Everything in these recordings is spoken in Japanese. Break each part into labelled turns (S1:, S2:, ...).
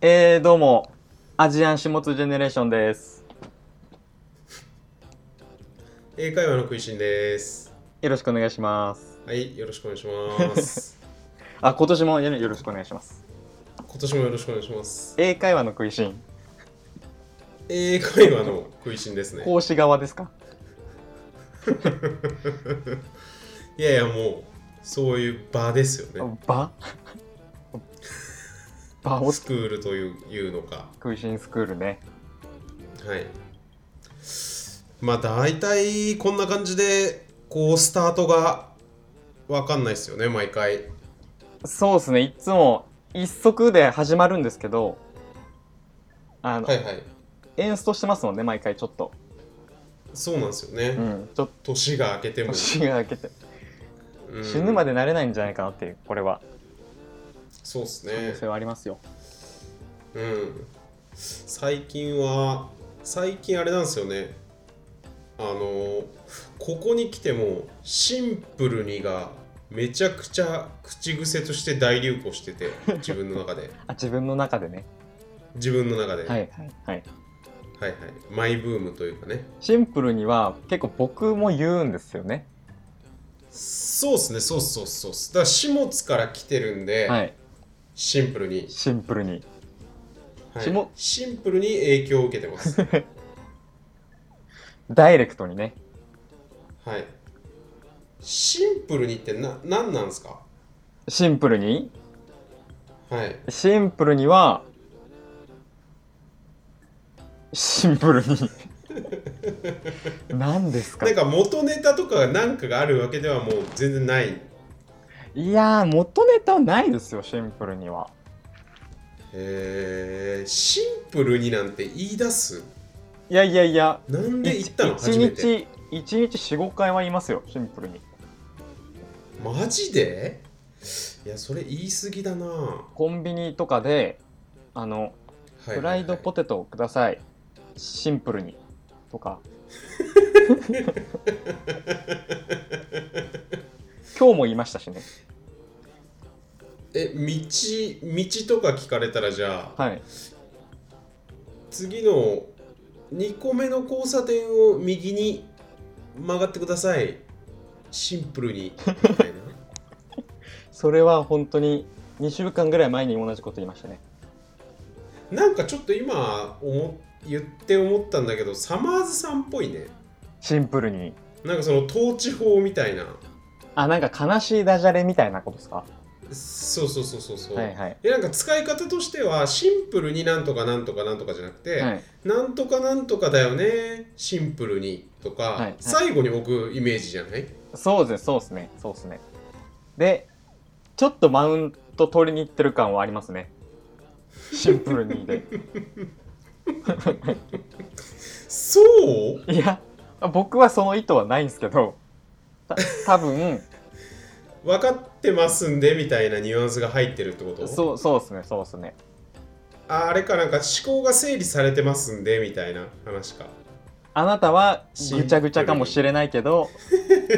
S1: えー、どうも、アジアン始末ジェネレーションです。
S2: 英会話の食いしんです。
S1: よろしくお願いします。
S2: はい、よろしくお願いします。
S1: あ、今年もよろしくお願いします。
S2: 今年もよろしくお願いします。
S1: 英会話の食いしん、
S2: 英会話の食いしんですね。
S1: 講師側ですか
S2: いやいや、もう、そういう場ですよね。
S1: 場場を
S2: スクールといういうのか。
S1: 食いしんスクールね。
S2: はい。まあ、大体こんな感じで、こう、スタートがわかんないですよね、毎回。
S1: そうですね、いつも一足で始まるんですけど、あの、
S2: はいはい。
S1: エンストしてますもんね、毎回ちょっと。
S2: そうなんですよ
S1: う
S2: ね。
S1: ん、ちょっと
S2: 年が明けても。
S1: 年が明けて、
S2: うん
S1: 死ぬまでなれないんじゃないかなっていう、これは。
S2: そうです
S1: 可能
S2: ね。
S1: 性はありますよ。
S2: うん、最近は最近あれなんですよねあのここに来てもシンプルにがめちゃくちゃ口癖として大流行してて自分の中で
S1: あ、自分の中でね。
S2: 自分の中で、
S1: はいはいはい。
S2: はいはいマイブームというかね
S1: シンプルには結構僕も言うんですよね。
S2: そうっすねそうそうそうっすだから始末から来てるんで、
S1: はい。
S2: シンプルに、
S1: シンプルに。
S2: はい
S1: 始末
S2: シンプルに影響を受けてます
S1: ダイレクトにね。
S2: はいシンプルにってな何なんですか
S1: シンプルに
S2: はい
S1: シンプルには、シンプルに。何ですか
S2: なんか元ネタとかなんかがあるわけではもう全然ない。へ
S1: いやー、元ネタはないですよ、シンプルには。
S2: えシンプルになんて言い出す
S1: いやいやいや、
S2: なんで言
S1: 一
S2: ったの初めて。
S1: 日、一日4、5回は言いますよ、シンプルに。
S2: マジでいや、それ言い過ぎだなは
S1: コンビニとかで、あの、
S2: いはいはい
S1: フライドポテトをください。シンプルに。とか。 今日も言いましたしね。
S2: え、道、道とか聞かれたらじゃあ、
S1: はい。
S2: 次の2個目の交差点を右に曲がってください。シンプルに。みたいな。
S1: それは本当に2週間ぐらい前に同じこと言いましたね。
S2: なんかちょっと今思言って思ったんだけど、サマーズさんっぽいね。
S1: シンプルに。
S2: なんかその統治法みたいな
S1: あ、なんか悲しいダジャレみたいなことですか
S2: そうそうそうそうそう、
S1: はいはい。
S2: えなんか使い方としてはシンプルになんとかなんとかなんとかじゃなくて、
S1: はい、
S2: なんとかなんとかだよねシンプルにとか、
S1: はいはい
S2: 最後に置くイメージじゃない
S1: そうですね、そうですね、そうですね。で、ちょっとマウント取りに行ってる感はありますね。シンプルにで。
S2: そう
S1: いや、僕はその意図はないんですけど、た多分
S2: 分かってますんでみたいなニュアンスが入ってるってこと
S1: そうそうですね、そうですね。
S2: ああれかなんか思考が整理されてますんでみたいな話か
S1: あなたは
S2: シンプル
S1: ぐ
S2: に
S1: ちゃぐちゃかもしれないけど、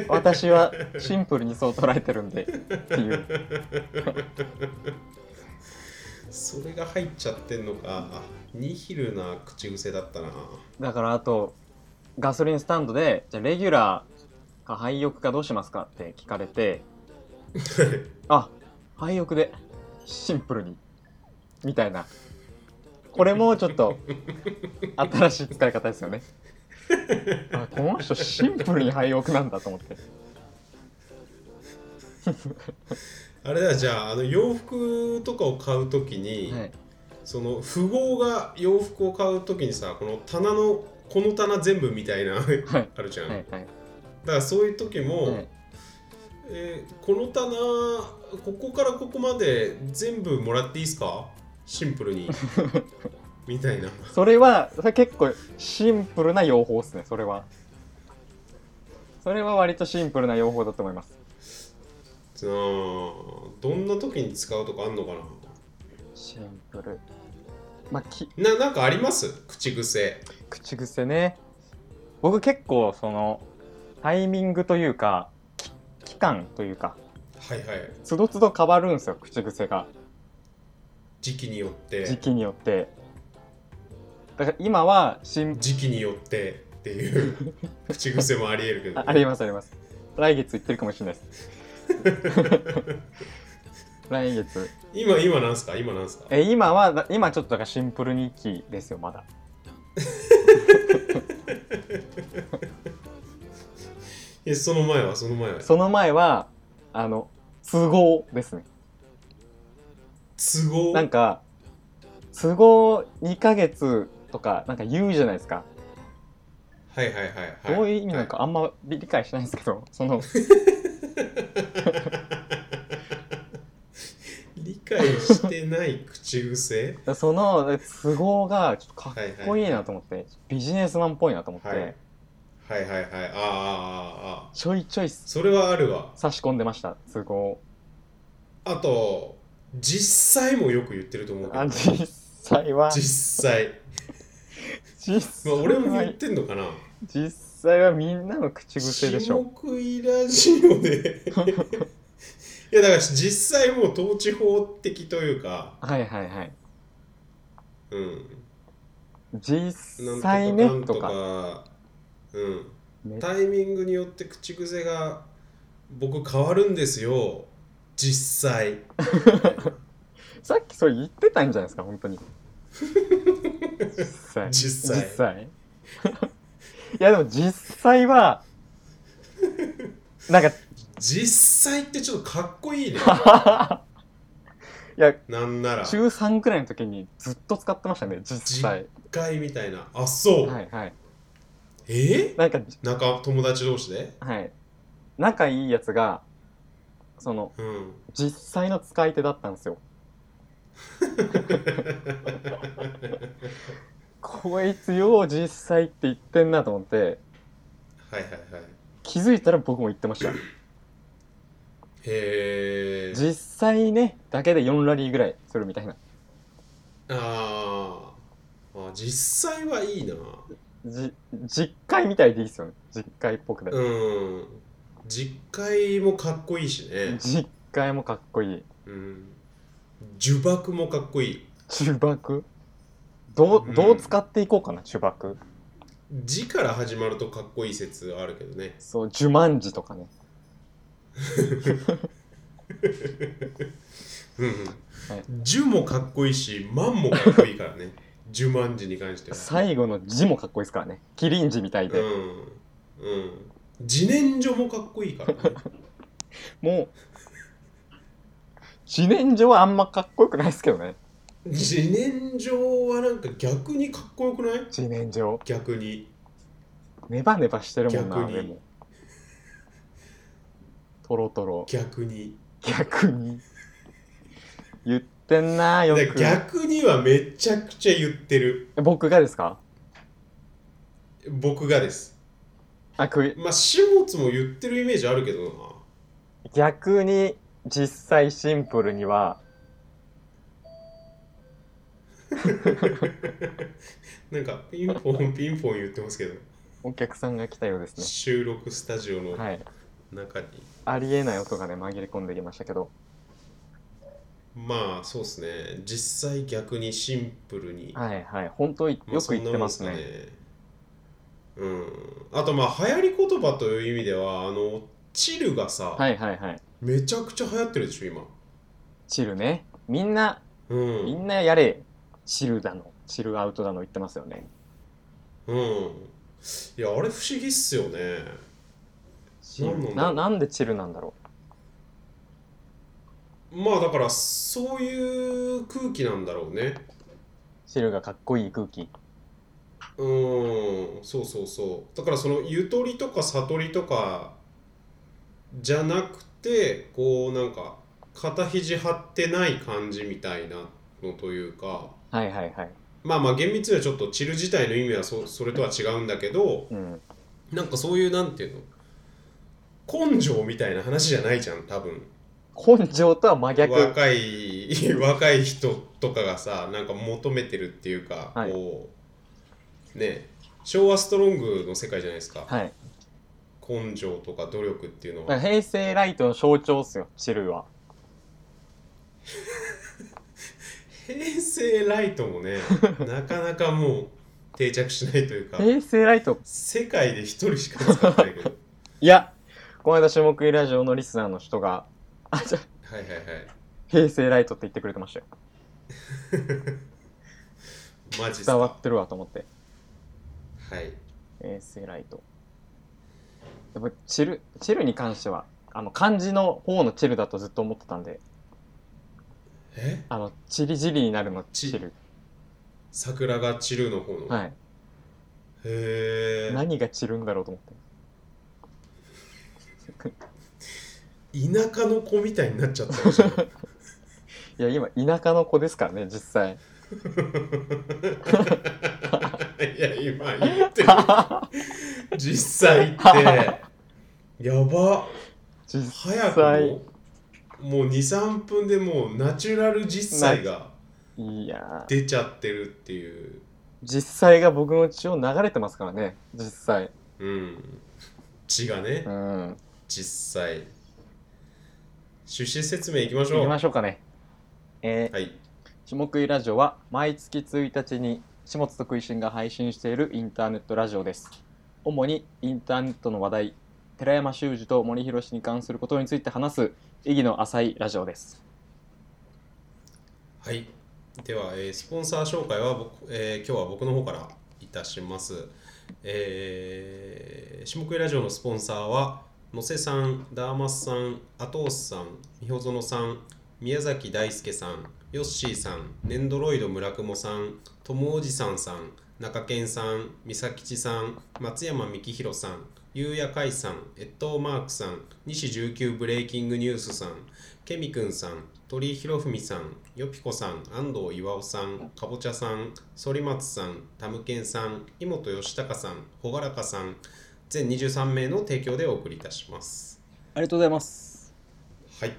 S1: 私はシンプルにそう捉えてるんでっていう。
S2: それが入っちゃってんのかニヒルな口癖だったな
S1: だからあと、ガソリンスタンドで、じゃあレギュラーか廃浴かどうしますかって聞かれ て、あ、廃浴で、シンプルに、みたいな。これもちょっ と、新しい使い方ですよね。あ、この人シンプルに廃浴なんだと思って。
S2: あれだじゃああの洋服とかを買うときに、
S1: はい、
S2: その富豪が洋服を買うときにさこの棚のこの棚全部みたいな
S1: はい、
S2: あるじゃん、
S1: はい、はい。
S2: だからそういう時も、
S1: はい
S2: えーこの棚ここからここまで全部もらっていいですかシン プルにみたいな
S1: それはそれ結構シンプルな用法ですねそれはそれは割とシンプルな用法だと思います
S2: あーどんな時に使うとかあんのか
S1: シンプルまあき
S2: なななんかあります口癖
S1: 口癖ね僕結構そのタイミングというかき期間というか
S2: はいはい
S1: つどつど変わるんですよ口癖が
S2: 時期によって
S1: 時期によってだから今は新
S2: 時期によってっていう 口癖もありえるけど、
S1: あありますあります来月行ってるかもしれないです来月
S2: 今今なんすか今なんすか
S1: え今はだ今ちょっとだからシンプル日記ですよまだ
S2: えその前はその前は
S1: その前はあの都合ですね
S2: 都合
S1: なんか都合2ヶ月とかなんか言うじゃないですか、
S2: はいはいはいはい
S1: どういう意味なのかあんま理理解しないんですけど その
S2: 理解してない口癖
S1: その都合がちょっとかっ
S2: はいはい
S1: こいいなと思って、ビジネスマンっぽいなと思って、
S2: はいはいはいはいああああああ
S1: ちょいちょい
S2: それはあるわ
S1: 差し込んでました都合
S2: あと実際もよく言ってると思うけど
S1: あ実際は
S2: 実際
S1: 実
S2: ま
S1: 際
S2: あ
S1: は、
S2: 俺も言ってんのかな
S1: 実際はみんなの口癖でしょ
S2: 食いラジオで いやだから実際もう統治法的というか
S1: はいはいはい
S2: うん
S1: 実
S2: な
S1: 際
S2: ん
S1: ね
S2: とかなん
S1: と
S2: とか
S1: か
S2: うん
S1: め
S2: タイミングによって口癖が僕変わるんですよ実際
S1: さっきそれ言ってたんじゃないですか本 当に実際
S2: 実際
S1: 実際 いやでも実際はなん
S2: 実際ってちょっとかっこいいね
S1: か いや
S2: なんなら
S1: 中3くらいの時にずっと使ってましたね実際
S2: 回みたいなあそう、
S1: はいはい
S2: え
S1: なんか
S2: なんか友達同士で
S1: はい仲いいやつがその
S2: うん
S1: 実際の使い手だったんですよこいつよう実際って言ってんなと思って
S2: はいはいはい
S1: 気づいたら僕も言ってました
S2: へえ
S1: 実際ねだけで4ラリーぐらいするみたいな
S2: あーあ実際はいいな
S1: じ実会みたいでいいっすよね実会っぽくて、
S2: うん実会もかっこいいしね、
S1: 実会もかっこいい
S2: うん、呪縛もかっこいい
S1: 呪縛ど
S2: うん
S1: うどう使っていこうかな呪縛
S2: 字から始まるとかっこいい説あるけどね
S1: そう呪文字とかね
S2: うんう
S1: は
S2: ん
S1: い
S2: 呪もかっこいいし万もかっこいいからね呪万字に関しては
S1: 最後の字もかっこいいですからねキリン字みたいで、
S2: うんうん自然薯もかっこいいからね
S1: もう自然薯はあんまかっこよくないですけどね
S2: 自然薯はなんか逆にかっこよくない
S1: 自然薯
S2: 逆に
S1: ネバネバしてるもんな
S2: 逆に
S1: 俺もトロトロ
S2: 逆に
S1: 逆に言ってんなよ
S2: だ
S1: く
S2: から逆にはめちゃくちゃ言ってる
S1: 僕がですか
S2: 僕がです
S1: あくい
S2: まあ始末も言ってるイメージあるけどな
S1: 逆に実際シンプルには
S2: なんかピンポンピンポン言ってますけど
S1: お客さんが来たようです
S2: 収録スタジオの
S1: ねはい
S2: 中に、
S1: ありえない音がね紛れ込んできましたけど
S2: まあそうですね実際逆にシンプルに、
S1: はいはい本当い
S2: まあ
S1: よく言ってますね,、
S2: そんなもんっすかねうんあとまあ流行り言葉という意味ではあのチルがさ、
S1: はいはいはい
S2: めちゃくちゃ流行ってるでしょ今
S1: チルねみんな
S2: うん
S1: みんなやれチルだのチルアウトだの言ってますよね
S2: うんいやあれ不思議っすよね
S1: チル
S2: なんなんだろ
S1: なな
S2: う
S1: んでチルなんだろ
S2: まあだからそういう空気なんだろうね
S1: うチルがかっこいい空気
S2: うんそうそうそうだからそのゆとりとか悟りとかじゃなくてこうなんか肩肘張ってない感じみたいなのというか
S1: はいはいはい
S2: まあまあ厳密にはちょっとチル自体の意味はそそれとは違うんだけど
S1: うん
S2: なんかそういうなんていうの根性みたいな話じゃないじゃん多分
S1: 根性とは真逆はい
S2: 若い 若い人とかがさなんか求めてるっていうか、
S1: はい
S2: こうね昭和ストロングの世界じゃないですか、
S1: だ
S2: 根性とか努力っていうの
S1: か
S2: は、
S1: ら平成ライトの象徴っすよチルは
S2: 平成ライト もねなかなかもう定着しないというか
S1: 平成ライト
S2: 世界で一人しか使ってな いけど
S1: いやこの間種目ラジオのリスナーの人があじゃあ
S2: はいはいはい
S1: 平成ライトって言ってくれてましたよ
S2: マジっすか
S1: 伝わっ
S2: は
S1: てるわと思って
S2: い
S1: 平成ライトやっぱチルチルに関してはあの漢字の方のチルだとずっと思ってたんで
S2: え
S1: あのチリジリになるのチル
S2: 桜が散るの方の、
S1: はい
S2: へえ
S1: 何が散るんだろうと思って
S2: 田舎の子みたいになっちゃった ましたね
S1: いや今田舎の子ですからね実 際
S2: いや今言ってる実 際ってやば
S1: 実
S2: 早く
S1: 際
S2: ももう23分でもうナチュラル実際が
S1: いやー
S2: 出ちゃってるっていう
S1: 実際が僕の血を流れてますからね実際
S2: うん血がね
S1: うん
S2: 実際趣旨説明いきまし
S1: 行
S2: ょ
S1: き
S2: う
S1: ましょうかねえー、
S2: はい
S1: 下食いラジオは毎月1日に下津と食いしんが配信しているインターネットラジオです主にインターネットの話題寺山修司と森博に関することについて話す意義の浅いラジオです
S2: はい。では、えースポンサー紹介は僕、えー今日は僕の方からいたします。えー、下食いラジオのスポンサーは、野瀬さん、ダーマスさん、アトースさん、みほぞのさん、宮崎大輔さん、ヨッシーさん、ネンドロイド村雲さん、ともおじさんさん、中堅さん、みさきちさん、松山みきひろさん、ゆうやかいさん、えっとマークさん、西19ブレイキングニュースさん、ケミくんさん、鳥居博文さん、よぴこさん、安藤岩尾さん、かぼちゃさん、反松さん、たむけんさん、井本義孝さん、ほがらかさん、全23名の提供でお送りいたします。
S1: ありがとうございます
S2: はい。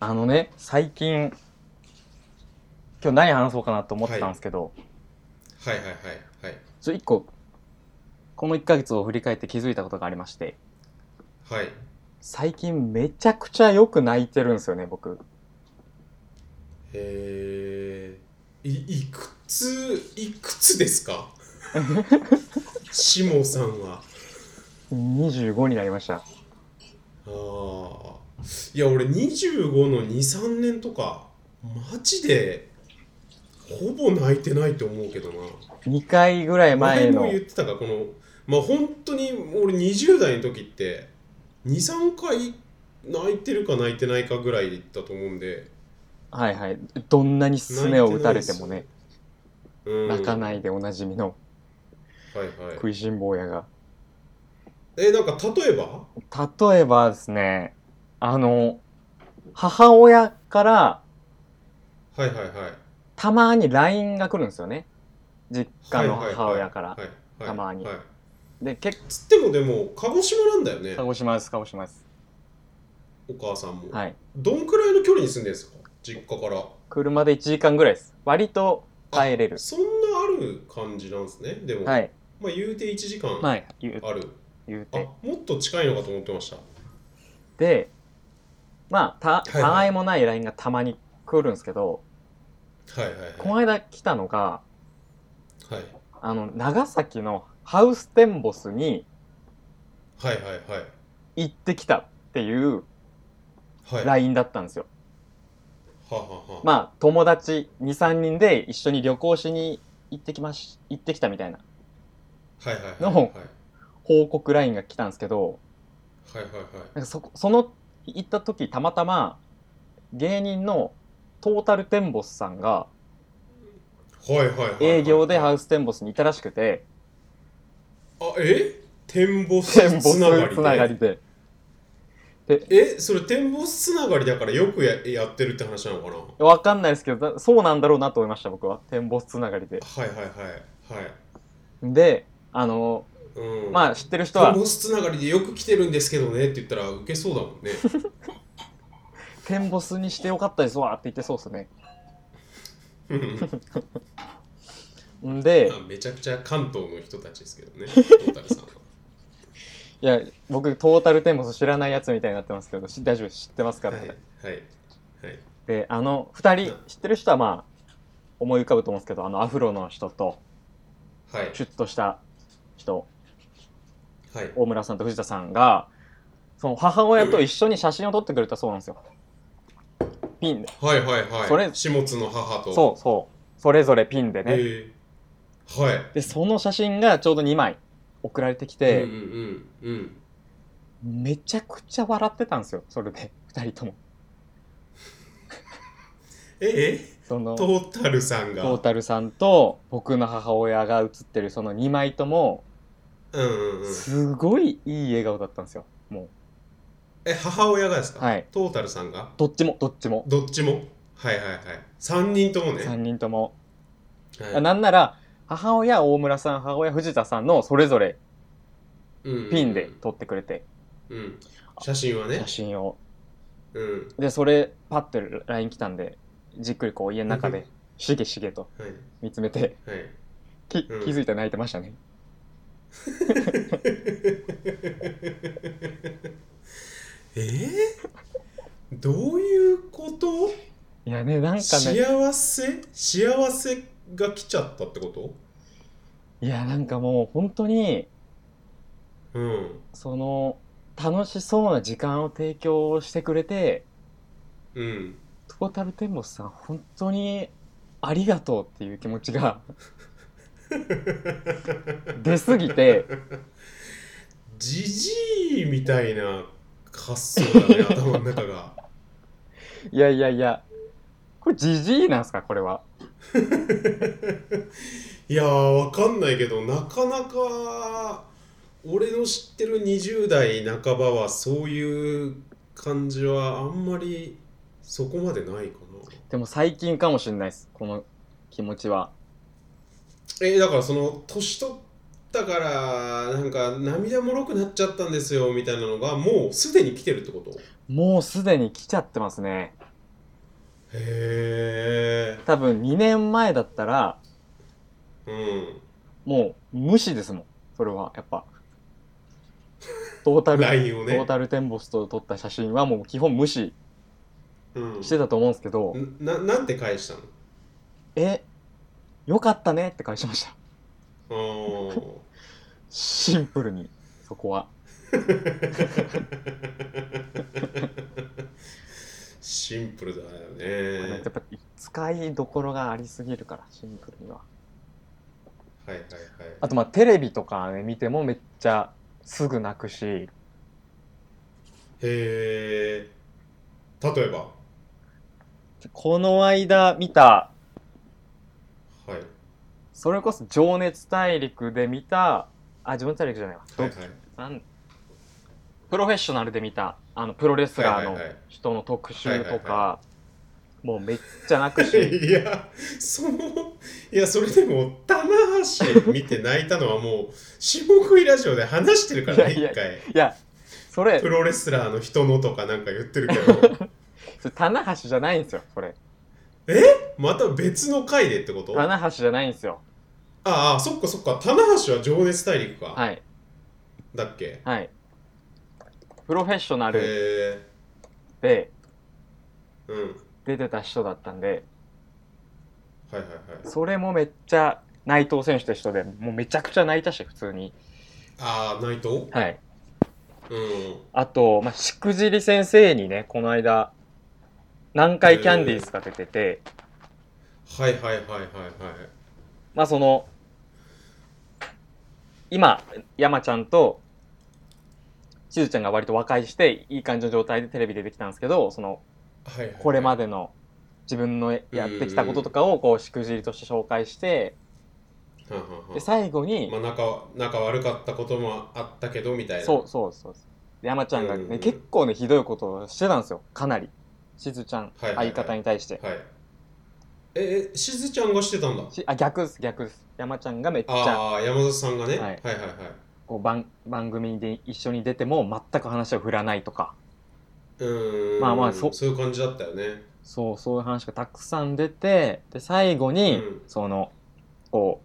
S1: あのね最近今日何話そうかなと思ってたんですけど、
S2: はいはいはいはい。
S1: ちょ一個この1ヶ月を振り返って気づいたことがありまして
S2: はい。
S1: 最近めちゃくちゃよく泣いてるんですよね僕
S2: えー、いいくつ、いくつです かしもさんは。
S1: 25になりました
S2: ああ。いや、俺25の2、3年とか、マジで、ほぼ泣いてないと思うけどな。
S1: 2回ぐらい前
S2: 前
S1: の
S2: も言ってたかこのまあ本当に俺20代の時って23回泣いてるか泣いてないかぐらいだと思うんで
S1: はいはい。どんなにすねを打たれてもね、
S2: うん
S1: 泣かないいでおなじみの
S2: はいは
S1: 食
S2: い
S1: いしん坊やが。
S2: えなんか例えば
S1: 例えばですね、あの、母親から
S2: はいはいはい
S1: たまに LINE が来るんですよね。実
S2: は
S1: 家
S2: い
S1: の
S2: はいはい
S1: 母親から。
S2: はいはい
S1: たまに
S2: はい
S1: で、結構、
S2: つってもでも鹿児島なんだよね
S1: 鹿児島です、鹿児島です。
S2: お母さんも、
S1: はい。
S2: どんくらいの距離に住んでるんですか実家から
S1: 車で1時間ぐらいです。割と帰れる。
S2: そんなある感じなんですねでも、
S1: はい。
S2: まあ言うて1時間あ
S1: ま
S2: る、
S1: あ、言う言う
S2: あ
S1: て。
S2: もっと近いのかと思ってました
S1: で、まあ、た、
S2: はいはい
S1: たわいもない LINE がたまに来るんですけど、
S2: はいはいはい
S1: この間来たのが、
S2: はい
S1: あの長崎のハウステンボスに
S2: はいはいはい
S1: 行ってきたっていう
S2: はい。は
S1: LINE だったんですよ。
S2: あはあはあ
S1: まあ友達23人で一緒に旅行しに行ってきまし行ってきたみたいな
S2: はいはいはい
S1: の
S2: はい
S1: 報告 LINE が来たんですけど
S2: はいはい
S1: なんかそその行った時たまたま芸人のトータルテンボスさんが
S2: はい。はいはいはいはい。
S1: 営業で
S2: あ、
S1: ハウステンボスにいたらしくて
S2: え展望室
S1: テンボ
S2: つ
S1: ス
S2: ながりで
S1: つながりで
S2: えそれ展望室つながりだからよくややってるって話なのかなは
S1: わかんないですけどだそうなんだろうなと思いました僕はテンボスつながりで
S2: いはいはいはい。
S1: であの
S2: うん、
S1: まあ知ってる人
S2: 展
S1: は
S2: 望室つながりでよく来てるんですけどねって言ったらウケそうだもんね。
S1: テンボスにしてよかったですわって言ってそうですね。
S2: うん
S1: んで、
S2: めちゃくちゃ関東の人たちですけどね、トータルさんは。
S1: いや、僕、トータルテンボス知らないやつみたいになってますけど、し大丈夫です、知ってますから、
S2: はいはいはい。
S1: であの2人知ってる人はまあ思い浮かぶと思うんですけどあのアフロの人と
S2: はい
S1: シュッとした人
S2: はい
S1: 大村さんと藤田さんがその母親と一緒に写真を撮ってくれたそうなんですよピンで
S2: はいはいはい
S1: それ
S2: 始末の母と
S1: そうそうそれぞれピンでね、
S2: えーはい
S1: でその写真がちょうど2枚送られてきて、
S2: うんうんうんうん
S1: めちゃくちゃ笑ってたんですよそれで2人と も
S2: え
S1: その
S2: えトータルさんが
S1: トータルさんと僕の母親が写ってるその2枚とも
S2: うんうんうん
S1: すごいいい笑顔だったんですよもう
S2: え母親がですか、
S1: はい
S2: トータルさんが
S1: どっちもどっちも
S2: どっちもはいはいはい3人ともね、
S1: 3人とも、
S2: はい
S1: なんなら母親大村さん母親藤田さんのそれぞれ
S2: うんうんうん
S1: ピンで撮ってくれて
S2: うん、写真はね
S1: 写、真を
S2: うん
S1: でそれパッと LINE 来たんでじっくりこう家の中でしげしげと
S2: はい
S1: 見つめて
S2: はい、
S1: き気
S2: うん
S1: づいて泣いてましたね、
S2: えー、どういうこと、
S1: いやねなんかね
S2: 幸せ幸せが来ちゃったってこ
S1: いやなんかもう本当に
S2: とうん
S1: その楽しそうな時間を提供してくれて
S2: うん
S1: トータルテンボスさん本当にありがとうっていう気持ちが 出すぎて
S2: じじいみたいな発想だね頭の中が
S1: いやいやいやこれジジイなんすかこれはい
S2: やーわかんないけどなかなか俺の知ってる20代半ばはそういう感じはあんまりそこまでないかな
S1: でも最近かもしれないですこの気持ちは
S2: えーだからその年取ったからなんか涙もろくなっちゃったんですよみたいなのがもうすでに来てるってこと
S1: もうすでに来ちゃってますね
S2: へ
S1: 多分2年前だったら
S2: えうん
S1: もう無視ですもんそれはやっぱトータル、
S2: ラインを
S1: トー
S2: ね
S1: タルテンボスと撮った写真はもう基本無視
S2: うん
S1: してたと思うんですけど、
S2: ななんて返したの
S1: えよかったねって返しました
S2: あー
S1: シンプルにそこは
S2: シンプルだよ
S1: や
S2: ね
S1: っぱ使いどころがありすぎるからシンプルには
S2: はいはいはい
S1: あとまあテレビとか、ね、見てもめっちゃすぐ泣くし
S2: へえ例えば
S1: この間見た
S2: はい
S1: それこそ「情熱大陸」で見たあ情熱大陸じゃないわ、
S2: はいはい
S1: なんプロフェッショナルで見たあのプロレスラーの
S2: はいはいはい
S1: 人の特集
S2: は
S1: と
S2: いはいは
S1: かもうめっちゃ泣 くし
S2: いや、その、いや、それでも、棚橋見て泣いたのはもう、霜食いラジオで話してるからね、
S1: いやいや
S2: 一回。
S1: いやそれ
S2: プロレスラーの人のとかなんか言ってるけ ど、
S1: それ棚橋じゃないんですよそれ
S2: また別の回でってことあ
S1: 棚橋じゃないんですよ
S2: あ、そっかそっか、棚橋は情熱大陸か。
S1: はい
S2: だっけ
S1: はいプロフェッショナル
S2: へ
S1: で
S2: えうん。
S1: 出てた人だったんで
S2: はいはいはい。
S1: それもめっちゃ内藤選手と一緒でもうめちゃくちゃ泣いたし普通に
S2: ああ、内藤
S1: はい
S2: うん。
S1: あと、まあ、しくじり先生にねこの間南海キャンディーズが出てて、
S2: はいはいはいはいはい。
S1: まあその今山ちゃんとしずちゃんが割と和解していい感じの状態でテレビ出てきたんですけどその
S2: はいはいはい、
S1: これま
S2: で。
S1: での自分のやってきたこととかをこうしくじりとして紹介して
S2: はんはんはん
S1: で最後に
S2: まあ、仲は仲悪かったこともあったけどみたいな。
S1: そうそうそうですで山ちゃんがね、
S2: うんうんうん
S1: 結構ねひどいことをしてたんですよかなりしずちゃん、
S2: はいはいはい
S1: 相方に対して、
S2: はい。え、えしずちゃんがしてたんだ。
S1: しあ逆です逆です山ちゃんがめっちゃ
S2: ああ、山里さんがね。
S1: は
S2: はいいはいはい。
S1: こう番番組で一緒に出ても全く話を振らないとか
S2: うーん。
S1: まあまあそ
S2: そういう感じだったよね。
S1: そうそういう話がたくさん出てで最後に、
S2: うん
S1: そのこ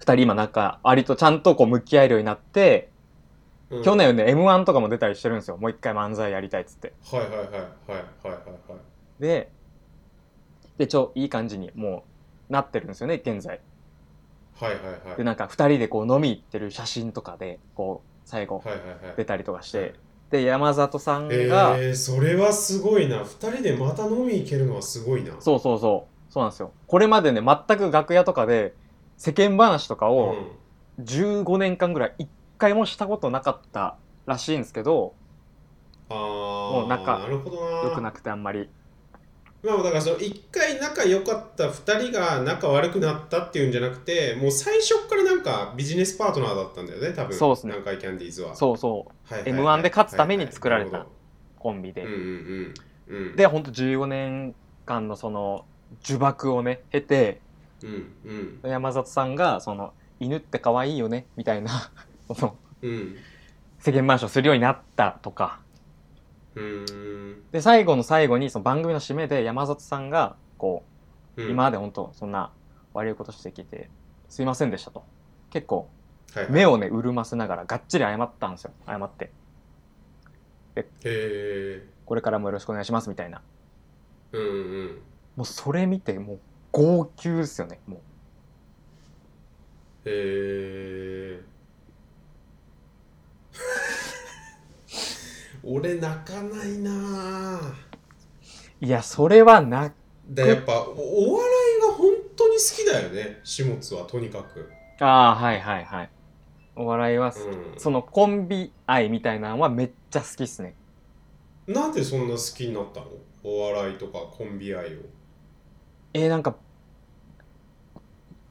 S1: う2人今なんか割とちゃんとこう向き合えるようになって、
S2: うん
S1: 去。年ね m 1とかも出たりしてるんですよもう一回漫才やりたいっつって
S2: はいはいはいはいはいはいはい。
S1: ででちょいい感じにもうなってるんですよね現在
S2: はいはいは
S1: で
S2: い。
S1: なんか2人でこう飲み行ってる写真とかでこう最後
S2: はいはいはい
S1: 出。たりとかしてで山里さんが
S2: えー、それはすごいな。二人でまた飲み行けるのはすごいな。
S1: そうそうそうそうなんですよこれまでね全く楽屋とかで世間話とか
S2: う
S1: を15年間ぐらい一回もしたことなかったらしいんですけど
S2: ああ、
S1: もうなんか
S2: るほどな。
S1: よくなくてあんまり
S2: まあだからその一回仲良かった二人が仲悪くなったっていうんじゃなくて、もう最初っからなんかビジネスパートナーだったんだよね、多分。
S1: そうっすね
S2: 南海キャンディーズは。
S1: そうそう
S2: はいはいはい
S1: M1 で勝つために作られた
S2: はい
S1: コンビで
S2: はいなるほどうんうんうん。うん、
S1: でほんと15年間のその呪縛をね経て
S2: うんうん
S1: 山里さんがその犬って可愛いよねみたいな その
S2: うん。
S1: 世間話をするようになったとか
S2: うーん。
S1: で最後の最後にその番組の締めで山里さんがこう、
S2: うん
S1: 今まで本当そんな悪いことしてきてすいませんでしたと結構
S2: はいはい
S1: 目をね潤ませながらがっちり謝ったんですよ謝って
S2: へ
S1: これからもよろしくお願いしますみたいな
S2: え。うんうん。
S1: もうそれ見てもう号泣ですよねもう
S2: へえ。 俺泣かないなあ
S1: いやそれはな
S2: だやっぱおお笑いが本当に好きだよね始末はとにかく、
S1: ああはいはいはいお笑いは、
S2: うん、
S1: そのコンビ愛みたいなのはめっちゃ好きっすね
S2: なんでそんな好きになったのお笑いとかコンビ愛を
S1: えー、なんか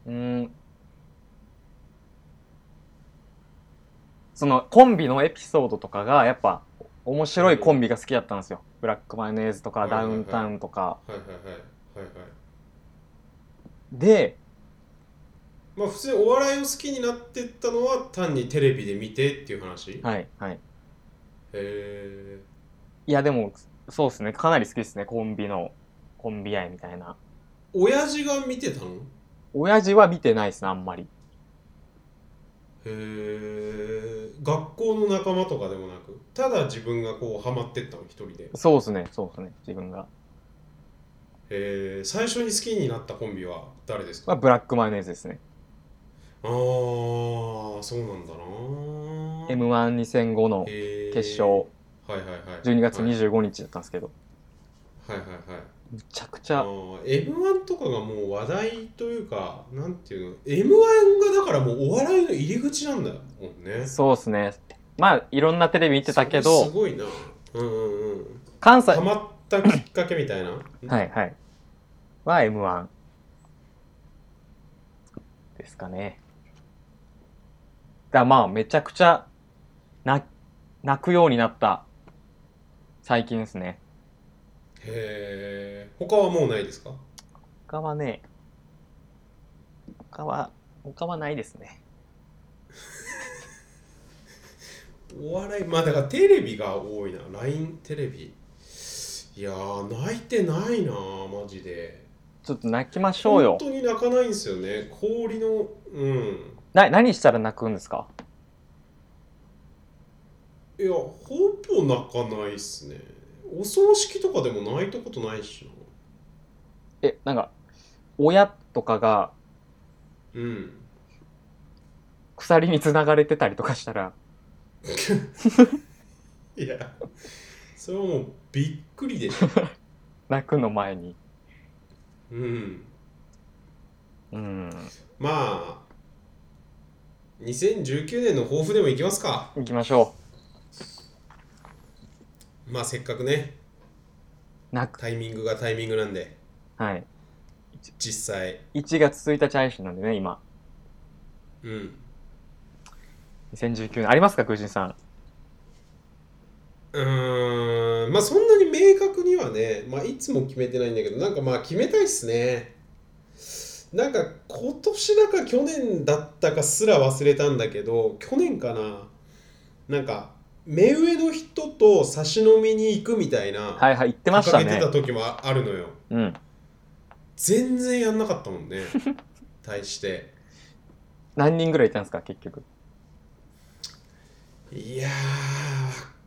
S1: うーんそのコンビのエピソードとかがやっぱ面白いコンビが好きだったんですよ、ブラックマヨネーズとか
S2: はいはい
S1: ダ
S2: はい
S1: ウンタウンとか、
S2: はいはいはいはいはい
S1: で
S2: まあ普通にお笑いを好きになってったのは単にテレビで見てっていう話、へ
S1: はいはい
S2: え
S1: いやでもそうですねかなり好きですねコンビのコンビ愛みたいな
S2: 親父が見てたの
S1: 親父は見てないですねあんまり
S2: へえ学校の仲間とかでもなくただ自分がこうハマってったの一人でへ
S1: そうですねそうですね自分が、
S2: え最初に好きになったコンビは誰ですか
S1: まあ、ブラックマヨネーズですね
S2: あーそうなんだな
S1: m 1 2 0 0の
S2: 決
S1: 決勝
S2: はいはいはい
S1: 12月
S2: はい
S1: 25日だったんですけど
S2: はいはいはい
S1: むちゃくち
S2: あ
S1: ゃ
S2: ー M1 とかがもう話題というかなんていうの M1 がだからもうお笑いの入り口なんだもんね
S1: そうですねまあいろんなテレビ見てたけ
S2: それす
S1: ど
S2: ごいなうんうんうん
S1: 関西
S2: ハ
S1: は
S2: マったきっかけみたいなはい
S1: はいは m 1ですかねだからまあめちゃくちゃ泣泣くようになった最近ですね
S2: へえ他はもうないですか
S1: 他はね他は他はないですね
S2: お笑いまあだからテレビが多いな LINE テレビいやー泣いてないなマジで
S1: ちょっと泣きましょうよ
S2: 本当に泣かないんですよね氷のうん
S1: な何したら泣くんですか
S2: いや、ほぼ泣かないっすね。お葬式とかでも泣いたことないしな。
S1: えなんか親とかが
S2: うん。
S1: 鎖に繋がれてたりとかしたら
S2: いや、それはもうびっくりでしょ。
S1: 泣くの前に
S2: うん。
S1: うん
S2: まあ、2019年の抱負でもいきますか。
S1: 行きましょ
S2: まあ、せっかくね、
S1: う泣く
S2: タイミングがタイミングなんで、
S1: はい
S2: 実際。
S1: 1月1日配信なんでね今
S2: うん。
S1: 2019年ありますか空人さん
S2: うーん、まあ、そんなに明確にはね、まあ、いつも決めてないんだけど、なんかまあ、決めたいっすね。なんか今年だか去年だったかすら忘れたんだけど去年かななんか目上の人と差し飲みに行くみたいな、
S1: はいはい言ってました
S2: 掲げて
S1: ね
S2: た時もああるのよ
S1: うん
S2: 全然やんなかったも んね対して
S1: 何人ぐらいいたんですか結局
S2: いや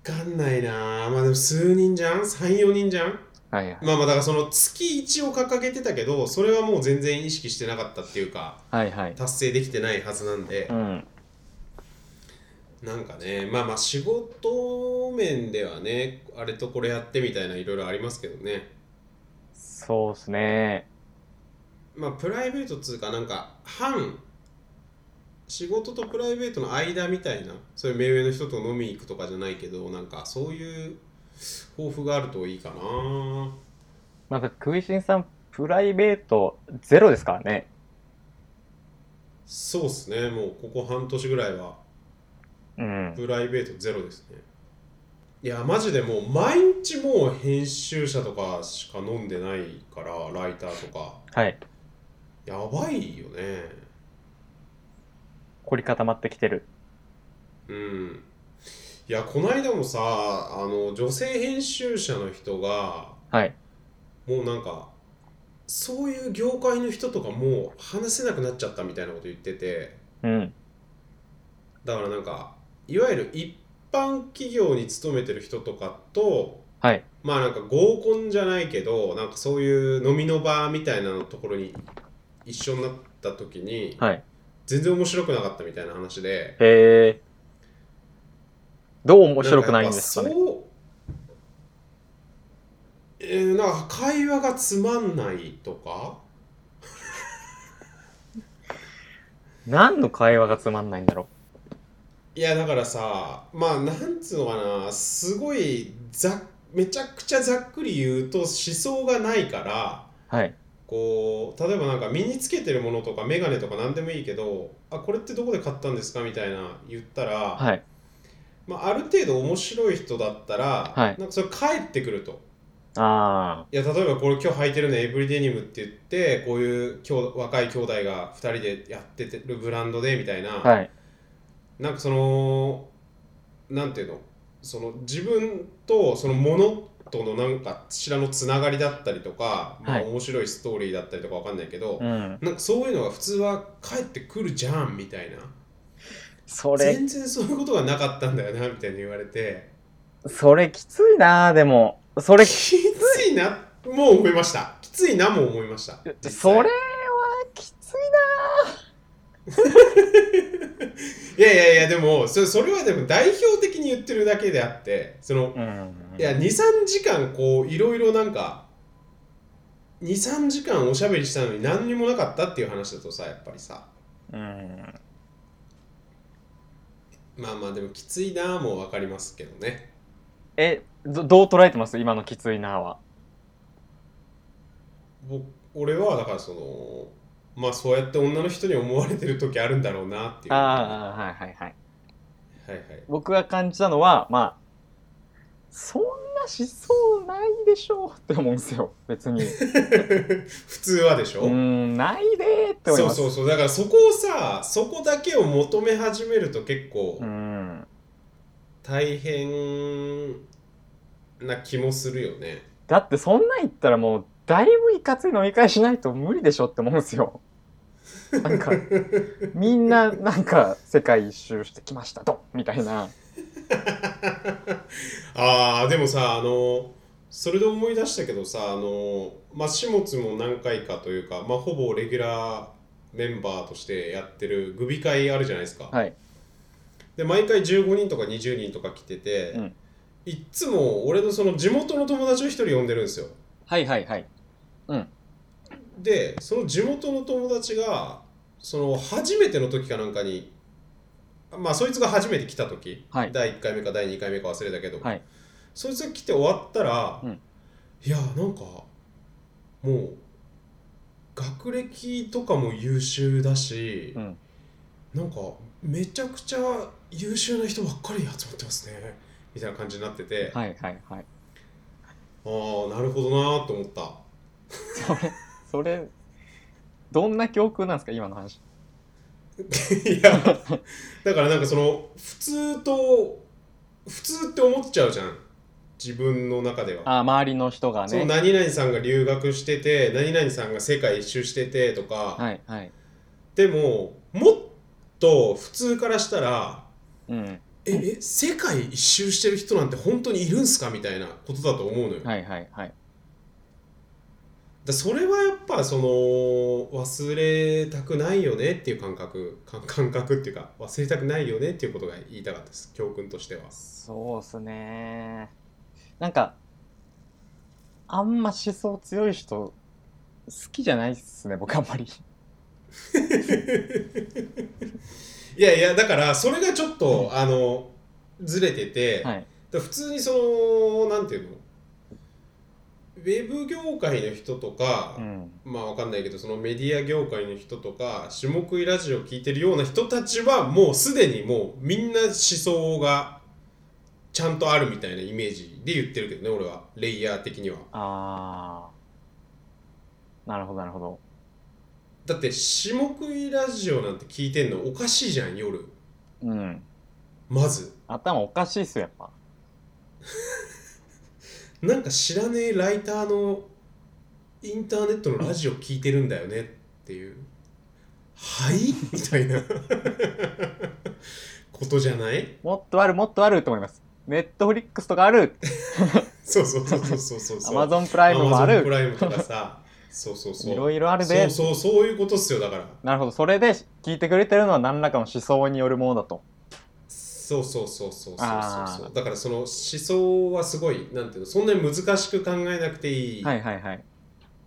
S2: ーわかんないなまあでも数人じゃん34人じゃん
S1: はいはい
S2: まあまあだからその月1を掲げてたけどそれはもう全然意識してなかったっていうか
S1: はいはい
S2: 達成できてないはずなんで
S1: う、ん
S2: なんかねまあまあ仕事面ではねあれとこれやってみたいないろいろありますけどね
S1: そうっすね
S2: まあプライベートっつうかなんか半仕事とプライベートの間みたいなそういう目上の人と飲みに行くとかじゃないけどなんかそういう抱負があるといいかな
S1: まだクイシンさんプライベートゼロですからね
S2: そうっすねもうここ半年ぐらいは
S1: うん
S2: プライベートゼロですねいやマジでもう毎日もう編集者とかしか飲んでないからライターとか
S1: はい
S2: やばいよね
S1: 凝り固まってきてる
S2: うんいやこの間もさあの女性編集者の人が
S1: はい
S2: もうなんかそういう業界の人とかもう話せなくなっちゃったみたいなこと言ってて
S1: うん
S2: だからなんかいわゆる一般企業に勤めてる人とかと
S1: はい
S2: まあなんか合コンじゃないけどなんかそういう飲みの場みたいなのところに一緒になった時に
S1: はい
S2: 全然面白くなかったみたいな話で
S1: へえどう面白くないんですか
S2: なん
S1: ね
S2: かやっぱそうえー、なんか会話がつまんないとか
S1: 何の会話がつまんないんだろ
S2: いやだからさまあなんつうのかなすごいざっめちゃくちゃざっくり言うと思想がないから
S1: うはい
S2: こう例えばなんか身につけてるものとか眼鏡とか何でもいいけどあこれってどこで買ったんですかみたいな言ったら、
S1: はい
S2: まあ、ある程度面白い人だったら、
S1: はい
S2: なんかそれ帰ってくると。
S1: あ
S2: いや例えばこれ今日履いてるのエブリデニムって言ってこういう兄若い兄弟が2人でやってるブランドでみたいな、
S1: あはい
S2: なんかそのなんていうのその自分とそのものとのなんか知らのつながりだったりとか、ま
S1: は
S2: あ、
S1: い
S2: 面白いストーリーだったりとかわかんないけど、
S1: うん
S2: なんかそういうのが普通は帰ってくるじゃんみたいな
S1: それ
S2: 全然そういうことがなかったんだよなみたいに言われて
S1: それきついなあでもそれ
S2: きついなもう思いましたきついなも思いました実際
S1: それはきつい
S2: いやいやいやでもそそれはでも代表的に言ってるだけであってその
S1: なうん
S2: いや23時間こういろいろなんか23時間おしゃべりしたのに何にもなかったっていう話だとさやっぱりさ
S1: うん
S2: まあまあでもきついなもう分かりますけどね
S1: えどどう捉えてます今のきついなあは
S2: 僕俺はだからそのまあそうやって女の人に思われてる時あるんだろうなっていうは
S1: ああはいはいはい
S2: いはい
S1: 僕が感じたのはまあそんなしそうないでしょうって思うんですよ別 に
S2: 普通はでしょ、
S1: うーんないでーって思い
S2: そう
S1: ます
S2: そううそうだからそこをさそこだけを求め始めると結構、
S1: ん
S2: 大変な気もするよね
S1: だってそんなん言ったらもうだいぶいかつい飲み会しないと無理でしょって思うんですよ なんかみんななんか世界一周してきましたとみたいな
S2: あーでもさあのそれで思い出したけどさあのまあ始末も何回かというか、まあ、ほぼレギュラーメンバーとしてやってるグビ会あるじゃないですか、
S1: はい
S2: で毎回15人とか20人とか来てて、
S1: うん
S2: いっつも俺のその地元の友達を1人呼んでるんですよ
S1: はいはいはい
S2: でその地元の友達がその初めての時かなんかにまあそいつが初めて来た時、
S1: はい
S2: 第1回目か第2回目か忘れたけど、
S1: はい
S2: そいつが来て終わったら、
S1: うん
S2: いやなんかもう学歴とかも優秀だし、
S1: うん
S2: なんかめちゃくちゃ優秀な人ばっかり集まってますねみたいな感じになってて、
S1: はいはいはい
S2: ああなるほどなーと思った。
S1: それそれどんな教訓なんですか今の話
S2: いやだからなんかその普通と普通って思っちゃうじゃん自分の中では、
S1: あ周りの人が
S2: その
S1: ね
S2: 何々さんが留学してて何々さんが世界一周しててとか、
S1: はいはい
S2: でももっと普通からしたら
S1: うん
S2: ええ世界一周してる人なんて本当にいるんすかみたいなことだと思うのよ、
S1: はいはいはい
S2: だそれはやっぱその忘れたくないよねっていう感覚感感覚っていうか忘れたくないよねっていうことが言いたかったです教訓とし ては
S1: そうっすねなんかあんま思想強い人好きじゃないっすね僕あんまり
S2: いやいやだからそれがちょっと、あのずれてて、
S1: はい
S2: だ普通にそのなんていうのウェブ業界の人とか、
S1: うん
S2: まあわかんないけどそのメディア業界の人とか下食いラジオ聞いてるような人たちはもうすでにもうみんな思想がちゃんとあるみたいなイメージで言ってるけどね俺はレイヤー的には
S1: ああなるほどなるほど
S2: だって下食いラジオなんて聞いてんのおかしいじゃん夜
S1: うん
S2: まず
S1: 頭おかしいっすよやっぱ
S2: なんか知らねえライターのインターネットのラジオ聞いてるんだよねっていう「はい?」みたいなことじゃない
S1: もっとあるもっとあると思いますネットフリックスとかある
S2: そうそうそうそうそうそう
S1: アマゾンプライムもあ
S2: Amazon プ
S1: る
S2: ライムとかさ、そうそうそう。
S1: いろいろある
S2: そ
S1: で
S2: うそう、そういうことっすよ、だから。
S1: なるほどそれで聞いてくれてるのは何らかの思想によるものだと
S2: そうそうそうそうそう
S1: あ
S2: そう。
S1: ー
S2: だからその思想はすごい、なんていうの、そんなに難しく考えなくていい
S1: はいはいはい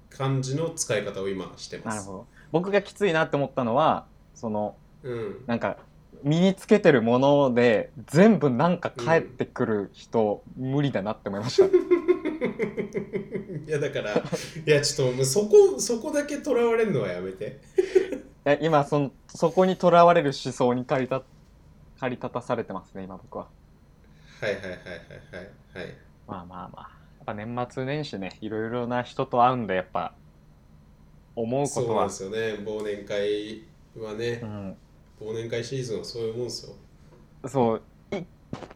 S2: 感じの使い方を今してま
S1: なる
S2: す。
S1: ほど僕がきついなって思ったのはその
S2: うん。
S1: なんか身につけてるもので全部なんか返ってくる人、無理だなって思いま した
S2: いやだから、いやちょっともうそこ、そこだけとらわれるのはやめて。
S1: え今そのそこにとらわれる思想に駆り立駆り立たされてますね今僕は
S2: はいはいはいはいはい。はい
S1: まあまあまあやっぱ年末年始ねいろいろな人と会うんでやっぱ思うこ
S2: そう
S1: と
S2: なん
S1: は
S2: ですよね、忘年会はね
S1: う、ん
S2: 忘年会シーズンはそういうもんですよ。
S1: そうい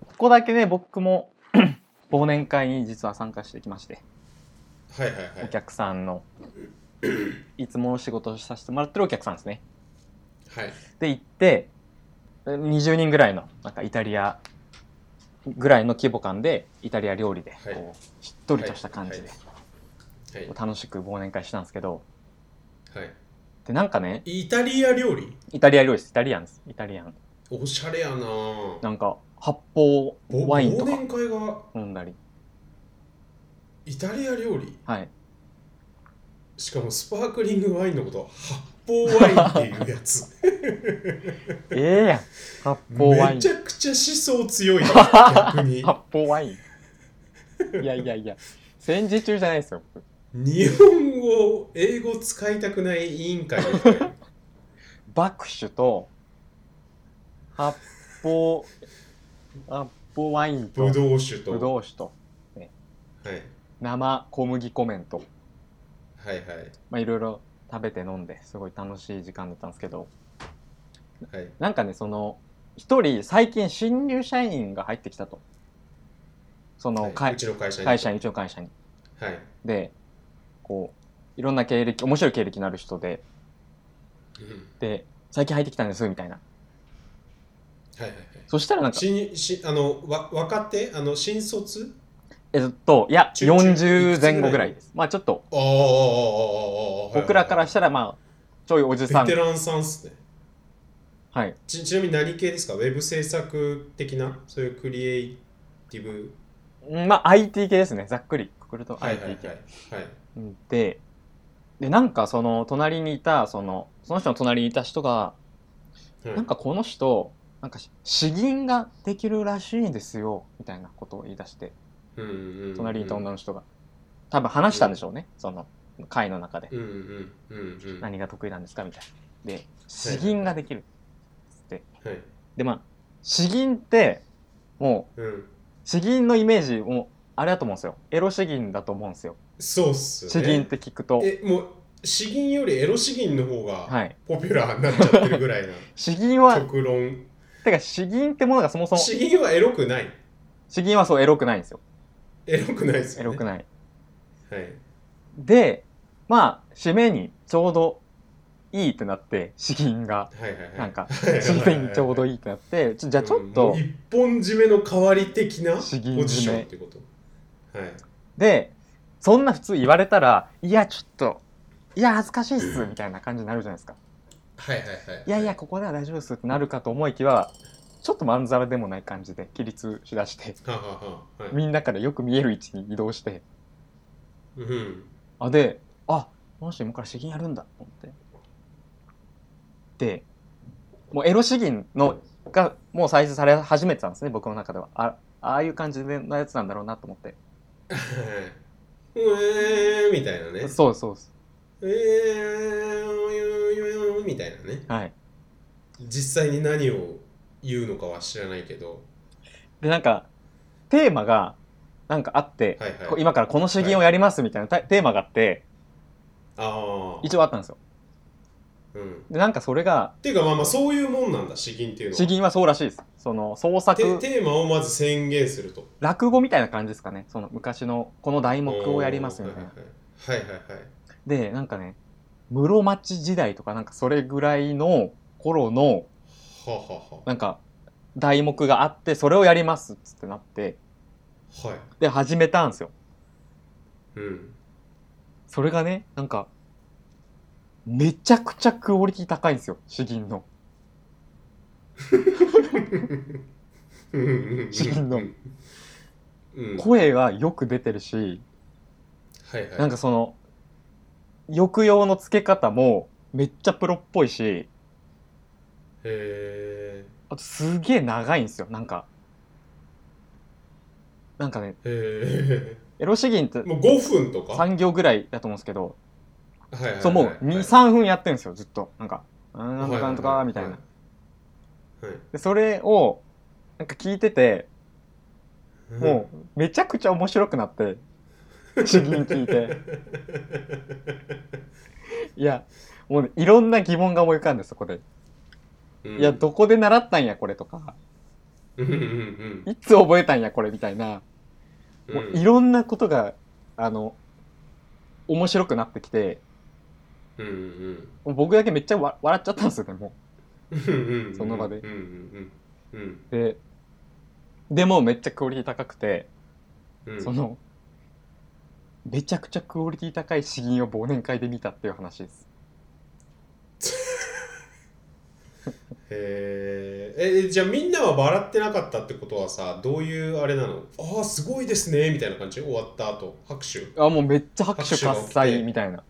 S1: ここだけね僕も 忘年会に実は参加してきまして
S2: はいはいは
S1: お
S2: い。
S1: 客さんのいつもの仕事をさせてもらってるお客さんですね
S2: はい。
S1: で行ってえ20人ぐらいのなんかイタリアぐらいの規模感でイタリア料理で
S2: はい
S1: こうしっとりとした感じで
S2: はい
S1: こう楽しく忘年会したんですけど
S2: はい。
S1: でなんかね
S2: イタリア料理
S1: イタリア料理ですイタリアンですイタリアン
S2: おしゃれやなぁ
S1: なんか発泡
S2: ぼ
S1: ワインと
S2: 忘
S1: か
S2: 年会が
S1: 飲んだり
S2: イタリア料理
S1: はい
S2: しかもスパークリングワインのこと発泡ワインっていうやつ
S1: ええやん発泡ワイ
S2: め
S1: ン
S2: ちゃくちゃ思想強いな逆に
S1: 発泡ワインいやいやいや戦時中じゃないですよ僕
S2: 日本語英語使いたくない委員会の人や
S1: 爆酒と発泡発泡ワインと
S2: ぶどう酒と
S1: ぶどう酒と
S2: はい、
S1: 生小麦粉麺と
S2: はいはい
S1: まあいろいろ食べて飲んですごい楽しい時間だったんですけど
S2: はい
S1: なんかねその一人最近新入社員が入ってきたとその、
S2: は
S1: 会
S2: い、うちの会社に
S1: 会社にうちの会社に
S2: はい
S1: でこういろんな経歴面白い経歴のある人で
S2: うん
S1: で最近入ってきたんですみたいな
S2: はいはいはい
S1: そしたらなんか
S2: 新しあのわ若手あの新卒
S1: えっといや
S2: 中中いく
S1: 40
S2: つ
S1: 前後
S2: ぐ
S1: ぐ
S2: ら
S1: ら
S2: い
S1: いですまあちょっと
S2: あああああああああ
S1: 僕らからしたらまあちょいおじさ
S2: ベ
S1: ん
S2: テランさんっすね
S1: はい
S2: ちちなみに何系ですかウェブ制作的なそういうクリエイティブ
S1: うんまあ IT 系ですねざっくりくくると
S2: はい
S1: IT
S2: は
S1: 系、
S2: いはいはい
S1: ででなんかその隣にいたそのその人の隣にいた人が、
S2: はい
S1: なんかこの人なんかし詩吟ができるらしいんですよみたいなことを言い出して
S2: うんうんうん
S1: 隣にいた女の人が、多分話したんでしょうね、その会の中で、
S2: うんうんうんうんはい
S1: 何が得意なんですかみたいなで詩吟ができるっつってでまあ詩吟っても
S2: うん
S1: う詩吟のイメージもあれだと思うんですよエロ詩吟だと思うんですよ
S2: そうっすよ
S1: 詩
S2: ね
S1: 吟って聞くと
S2: えもう詩吟よりエロ詩吟の方
S1: は
S2: が
S1: い
S2: ポピュラーになっちゃってるぐらい な
S1: 詩吟は
S2: 極論
S1: てか詩吟ってものがそもそも
S2: 詩吟はエロくない
S1: 詩吟はそうエロくないんですよ
S2: エロくないです
S1: エ
S2: よ
S1: ロ
S2: ね
S1: くない
S2: はい
S1: でまあ締めにちょうどいいってなって詩吟が
S2: はいはいはい
S1: なん か
S2: はいはいはい
S1: 締めにちょうどいいってなってちょじゃあちょっと、
S2: うんもう一本締めの代わり的なポジ
S1: 詩
S2: シ
S1: 吟締め
S2: ョンってことはい
S1: でそんな普通言われたらいやちょっといや恥ずかしいっすみたいな感じになるじゃないですか
S2: はいはいはい
S1: いやいやここでは大丈夫っすってなるかと思いきやちょっとまんざらでもない感じで起立しだして
S2: はははははい
S1: みんなからよく見える位置に移動して
S2: うん
S1: あであこの人今から詩吟やるんだと思ってでもうエロ詩吟のがもう再生され始めてたんですね僕の中ではあああいう感じのやつなんだろうなと思って
S2: うえーみたいなね
S1: そうそうそう
S2: えーみたいなね
S1: はい
S2: 実際に何を言うのかは知らないけど
S1: でなんかテーマがなんかあって、
S2: はいはい
S1: こ今からこの詩吟をやりますみたいなたテーマがあって
S2: ああ
S1: 一応あったんですよ
S2: うん
S1: でなんかそれが
S2: っていうかまあまあそういうもんなんだ詩吟っていうのは
S1: 詩吟はそうらしいですその創
S2: て
S1: 作
S2: テーマをまず宣言すると
S1: 落語みたいな感じですかねその昔のこの題目をやりますみたいな
S2: はいはいはいはいはい
S1: でなんかね室町時代とかなんかそれぐらいの頃の
S2: はは
S1: なんか題目があってそれをやりますっつってなって
S2: ははい
S1: で始めたんですよ
S2: うん
S1: それがねなんかめちゃくちゃクオリティ高いんですよ詩吟の詩吟の
S2: うんは
S1: 声がよく出てるし
S2: いはい
S1: なんかその抑揚のつけ方もめっちゃプロっぽいし
S2: へ
S1: あとすげえ長いんですよなんかなんかね
S2: えへ
S1: エロ詩吟って
S2: えもう5分とか
S1: 3行ぐらいだと思うんですけど
S2: はいはいはいはい
S1: そうもう23分やってるんですよずっとなんか「あーなんとかなんとか」みたい
S2: は
S1: な
S2: ははい
S1: でそれをなんか聞いてて
S2: はい
S1: もうめちゃくちゃ面白くなって詩吟聞い ていやもうねいろんな疑問が思い浮かんでそこで
S2: うん
S1: いやどこで習ったんやこれとか
S2: うんうん
S1: いつ覚えたんやこれみたいな
S2: うん
S1: もう
S2: うん
S1: いろんなことがあの面白くなってきて
S2: うんうん
S1: もう僕だけめっちゃわ笑っちゃったんですよねも
S2: うん
S1: その場で
S2: うんうんうんうん
S1: うででもめっちゃクオリティ高くて
S2: うんうん
S1: そのめちゃくちゃクオリティ高い詩吟を忘年会で見たっていう話です
S2: へーえじゃあみんなは笑ってなかったってことはさどういうあれなのああすごいですねみたいな感じ終わった後拍手へ
S1: あもうめっちゃ拍手喝
S2: 拍手が起き
S1: 采
S2: て
S1: みたいな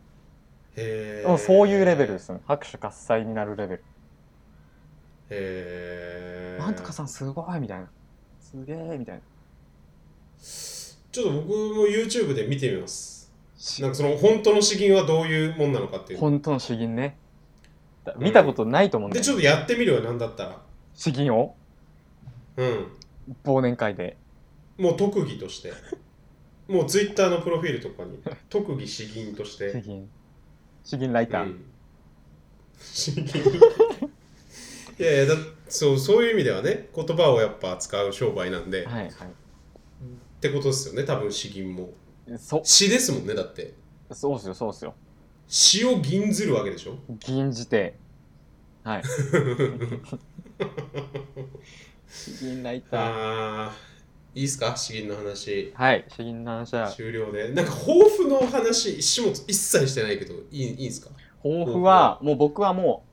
S2: え
S1: もうそういうレベルですね拍手喝采になるレベル
S2: へえ
S1: なんとかさんすごいみたいなすげえみたいな
S2: ちょっと僕も YouTube で見てみますなんかその本当の詩吟はどういうもんなのかっていう
S1: 本当の詩吟ねだ見たことないと思うんだ
S2: で
S1: よ
S2: ちょっとやってみるよなんだったら
S1: 詩吟を
S2: うん
S1: 忘年会で
S2: もう特技としてもう Twitter のプロフィールとかに特技詩吟として
S1: 詩吟詩吟ライター、
S2: うん詩吟 いやいやだそうそういう意味ではね言葉をやっぱ使う商売なんで、っ
S1: はいはい
S2: てことですよね多分詩吟も
S1: そ
S2: 詩ですもんねだって
S1: そうっすよそうっすよ
S2: 詩を吟ずるわけでしょ
S1: 吟じて はい詩吟ライター
S2: あーいいっすか詩吟の話
S1: はい詩吟の話は
S2: 終了でなんか抱負の話始末一切してないけどいいいいんすか
S1: 抱負はもう僕はも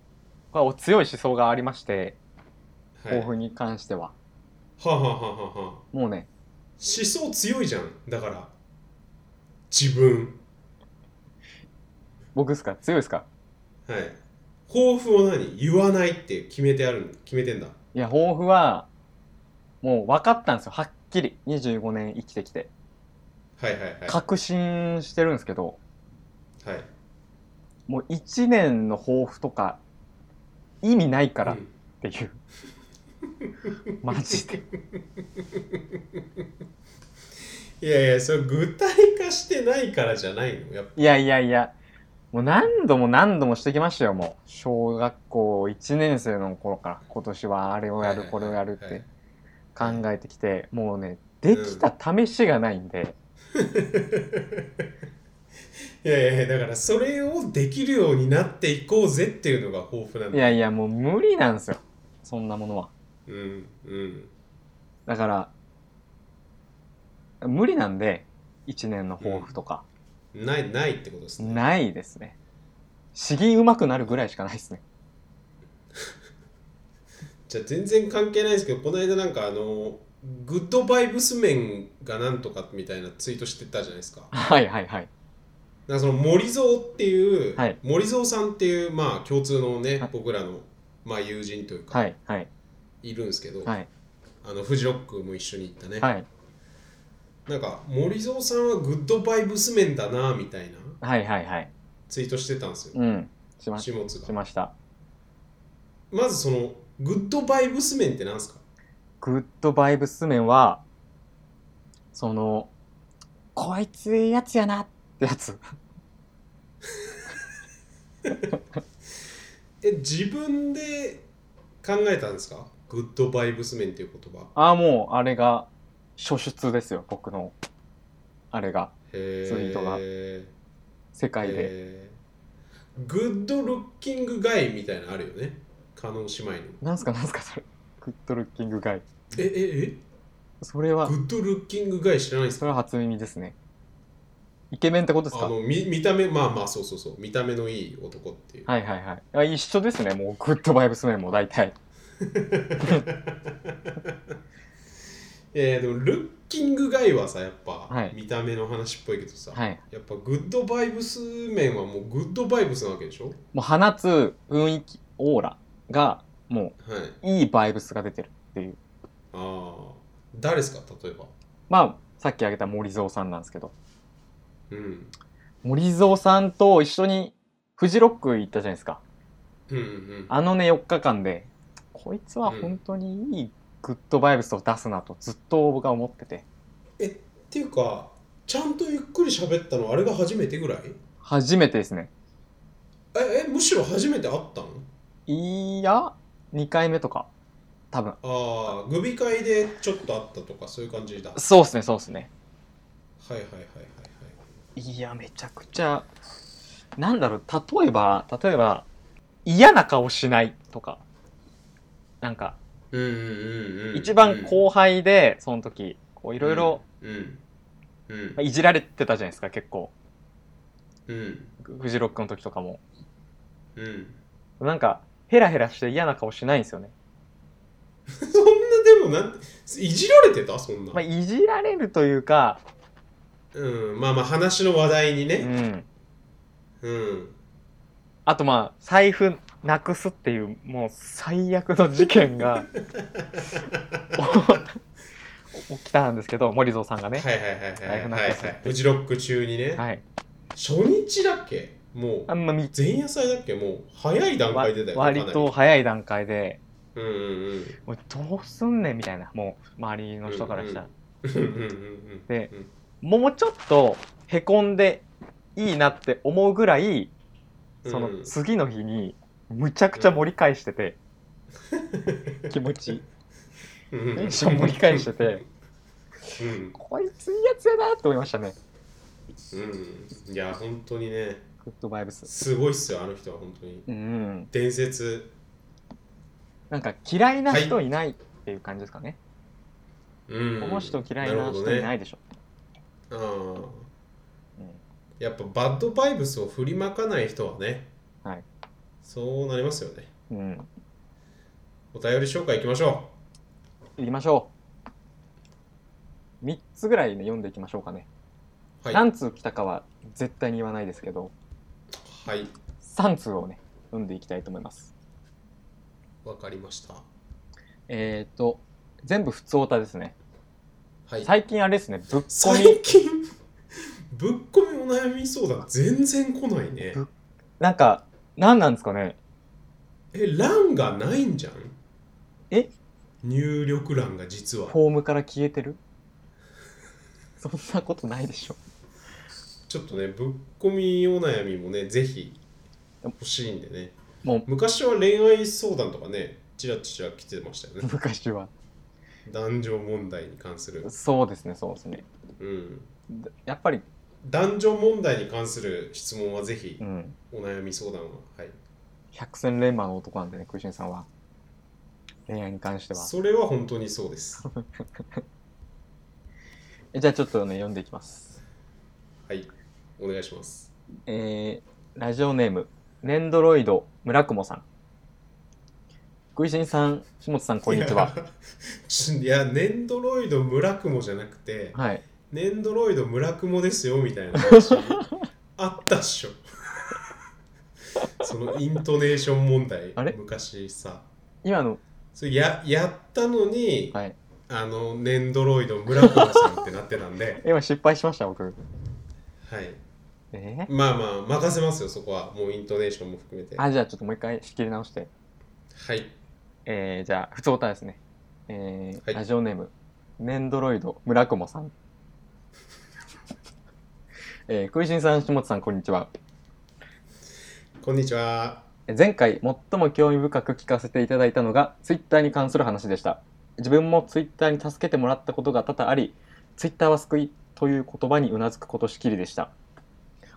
S1: うこれは強い思想がありまして
S2: はい
S1: 抱負に関しては、
S2: はあ、はあはあはあはあ、思
S1: もうね
S2: 想強いじゃんだから自分
S1: 僕ですか強いですか
S2: はい抱負を何言わないって決めてある決めてんだ
S1: いや抱負はもう分かったんですよはっきり25年生きてきて
S2: はいはいはい
S1: 確信してるんですけど
S2: はい
S1: もう1年の抱負とか意味ないからっ
S2: うん
S1: ていう、 マジで
S2: いやいやそれ具体化してないからじゃないのやっぱ
S1: いやいやいやもう何度も何度もしてきましたよもう小学校1年生の頃から今年はあれをやるこれをやるっ
S2: はいはい
S1: て考えてきてもうねできた試しがないんで、
S2: いやいやだからそれをできるようになっていこうぜっていうのが抱負なん
S1: い
S2: だ
S1: やいやもう無理なんですよそんなものは
S2: うんうん
S1: だから無理なんで1年の抱負とか、
S2: ないないってことですね
S1: ないですね詩吟うまくなるぐらいしかないですね
S2: じゃあ全然関係ないですけどこの間なんかあのグッドバイブス面がなんとかみたいなツイートしてたじゃないですか
S1: はいはいはい
S2: なんかその森蔵っていう、
S1: はい
S2: 森蔵さんっていうまあ共通のね、
S1: はい
S2: 僕らのまあ友人というか、、
S1: はいいはい
S2: るんですけど、
S1: はい
S2: あのフジロックも一緒に行ったね、
S1: はい
S2: なんか森蔵さんはグッドバイブス面だなみたいな
S1: はいはいはい
S2: ツイートしてたんですよ、
S1: うんしまし
S2: 始末が
S1: ました
S2: まずそのグッドバイブス面ってなんですか
S1: グッドバイブス面はそのこいついいやつやなってやつ
S2: え自分で考えたんですかグッドバイブス面っていう言葉
S1: ああもうあれが初出ですよ僕のあれが
S2: へ
S1: ツイートが世界で、
S2: えーグッドルッキングガイみたいなのあるよねカノン姉妹の
S1: なんすかなんすかそれグッドルッキングガイ
S2: えええ
S1: それは
S2: グッドルッキングガイ知らないです
S1: そ
S2: か
S1: れは初耳ですねイケメンってことです
S2: あ
S1: か
S2: の見見た目まあまあそうそうそう見た目のいい男っていう、
S1: はいはいはいあ一緒ですねもうグッドバイブス面も大体
S2: えー、でもルッキングガイはさやっぱ、
S1: はい
S2: 見た目の話っぽいけどさ、
S1: はい
S2: やっぱグッドバイブス面はもうグッドバイブスなわけでしょ
S1: もう放つ雰囲気オーラがも
S2: はいう
S1: いいバイブスが出てるっていう
S2: ああ誰ですか例えば
S1: まあさっき挙げた森蔵さんなんですけど
S2: うん
S1: 森蔵さんと一緒にフジロック行ったじゃないですか
S2: うんうん
S1: あのね4日間でこいつは本当にいいグッドバイブスを出すなとずっと僕は思ってて
S2: えっていうかちゃんとゆっくり喋ったのあれが初めてぐらい
S1: 初めてですね
S2: ええむしろ初めて会ったの
S1: いや2回目とか多分
S2: ああグビ会でちょっと会ったとかそういう感じだはい
S1: そうっすねそうっすね
S2: はいはいはい
S1: いやめちゃくちゃなんだろう例えば例えば嫌な顔しないとかなんか
S2: はいうんうんうん、うん、
S1: 一番後輩でその時こう
S2: い
S1: いろいろ
S2: うんうん
S1: まあいじられてたじゃないですか結構
S2: うん
S1: フジロックの時とかも
S2: うん
S1: なんかヘラヘラして嫌な顔しないんですよね、
S2: そんなでもなんいじられてたそんな、
S1: まあ、いじられるというか
S2: うん、まあまあ話の話題に
S1: う
S2: ね
S1: ん
S2: うん
S1: あとまあ財布なくすっていうもう最悪の事件 が起きたんですけど森蔵さんがね
S2: はいはいはいはいはいはい
S1: ライフナックス
S2: フジロック中にね、
S1: はい
S2: 初日だっけもう
S1: あんまみ
S2: 前夜祭だっけもう早い段階でだよ
S1: わ割と早い段階で
S2: うんうんうん
S1: もうどうすんねんみたいなもう周りの人からしたら、
S2: うんうんうん
S1: で
S2: うん
S1: もうちょっとへこんでいいなって思うぐらい
S2: うん
S1: そ
S2: うん
S1: の次の日にむちゃくちゃ盛り返してて、気持ち
S2: うん
S1: テンション盛り返してて
S2: うん
S1: こいついいやつやなって思いましたね
S2: うんいや本当にね
S1: グッドバイブス
S2: すごいっすよあの人は本当に
S1: うん
S2: 伝説
S1: なんか嫌いな人いないっていう感じですかね、
S2: うん
S1: この人嫌いな人いない
S2: い
S1: でしょ、
S2: あー
S1: うん
S2: やっぱバッドバイブスを振りまかない人はね
S1: はい
S2: そうなりますよね
S1: うん
S2: お便り紹介いきましょ
S1: いきましょう3つぐらいね読んでいきましょうかね、
S2: うはい
S1: 何通来たかは絶対に言わないですけど
S2: はい
S1: 3通をね読んでいきたいと思います
S2: わかりました
S1: えっ、ー、と全部普通オタですね
S2: はい
S1: 最近あれですねぶっこみ
S2: 最近 ぶっこみお悩み相談全然来ないね
S1: ぶなんか何なんですかね
S2: え欄がないんじゃん
S1: え
S2: 入力欄が実は
S1: フォームから消えてるそんなことないでしょ
S2: ちょっとねぶっこみお悩みもねぜひ欲しいんでね
S1: もう
S2: 昔は恋愛相談とかねちらちら来てましたよね
S1: 昔は
S2: 男女問題に関する、
S1: そうですねそうですね
S2: うん、
S1: だやっぱり
S2: 男女問題に関する質問はぜひ
S1: うん
S2: お悩み相談ははい
S1: 百戦錬磨の男なんでねクイシンさんは恋愛に関しては
S2: それ は本当にそうです
S1: えじゃあちょっとね読んでいきます
S2: はいお願いします
S1: えーラジオネームレンドロイド村雲さん食いしんさん下津さんこんにちはい
S2: やち いやネンドロイド村雲じゃなくて
S1: はい
S2: ネンドロイド村雲ですよみたい な話あったっしょそのイントネーション問題
S1: あれ
S2: 昔さ
S1: 今の
S2: それややったのに、
S1: はい
S2: あのネンドロイド村雲さんってなってた んで
S1: 今失敗しました僕
S2: はい
S1: えー
S2: まあまあ任せますよそこはもうイントネーションも含めては
S1: あじゃあちょっともう一回仕切り直して
S2: い
S1: えーじゃあ普通歌ですねえー
S2: はい
S1: ラジオネームネンドロイド村雲さんえー、食いしんさん下津さんこんにちは
S2: こんにちは
S1: 前回最も興味深く聞かせていただいたのがツイッターに関する話でした自分もツイッターに助けてもらったことが多々ありツイッターは救いという言葉にうなずくことしきりでした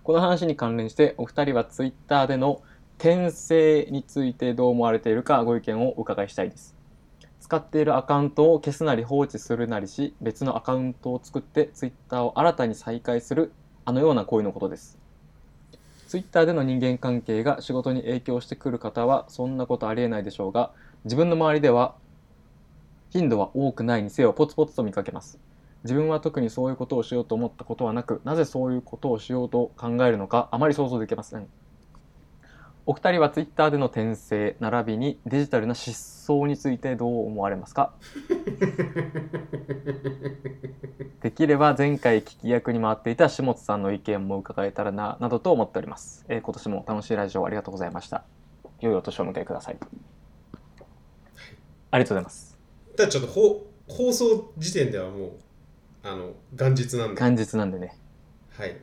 S1: この話に関連してお二人はツイッターでの転生についてどう思われているかご意見をお伺いしたいです使っているアカウントを消すなり放置するなりし別のアカウントを作ってツイッターを新たに再開するあのような行為のことですツイッターでの人間関係が仕事に影響してくる方はそんなことありえないでしょうが自分の周りでは頻度は多くないにせよポツポツと見かけます自分は特にそういうことをしようと思ったことはなくなぜそういうことをしようと考えるのかあまり想像できませんお二人はツイッターでの転生並びにデジタルな失踪についてどう思われますかできれば前回聞き役に回っていた下津さんの意見も伺えたらななどと思っております、えー今年も楽しいラジオありがとうございました良いお年をお迎えくださいありがとうございます
S2: ただちょっと放放送時点ではもうあの元日なんで
S1: 元日なんでね
S2: はい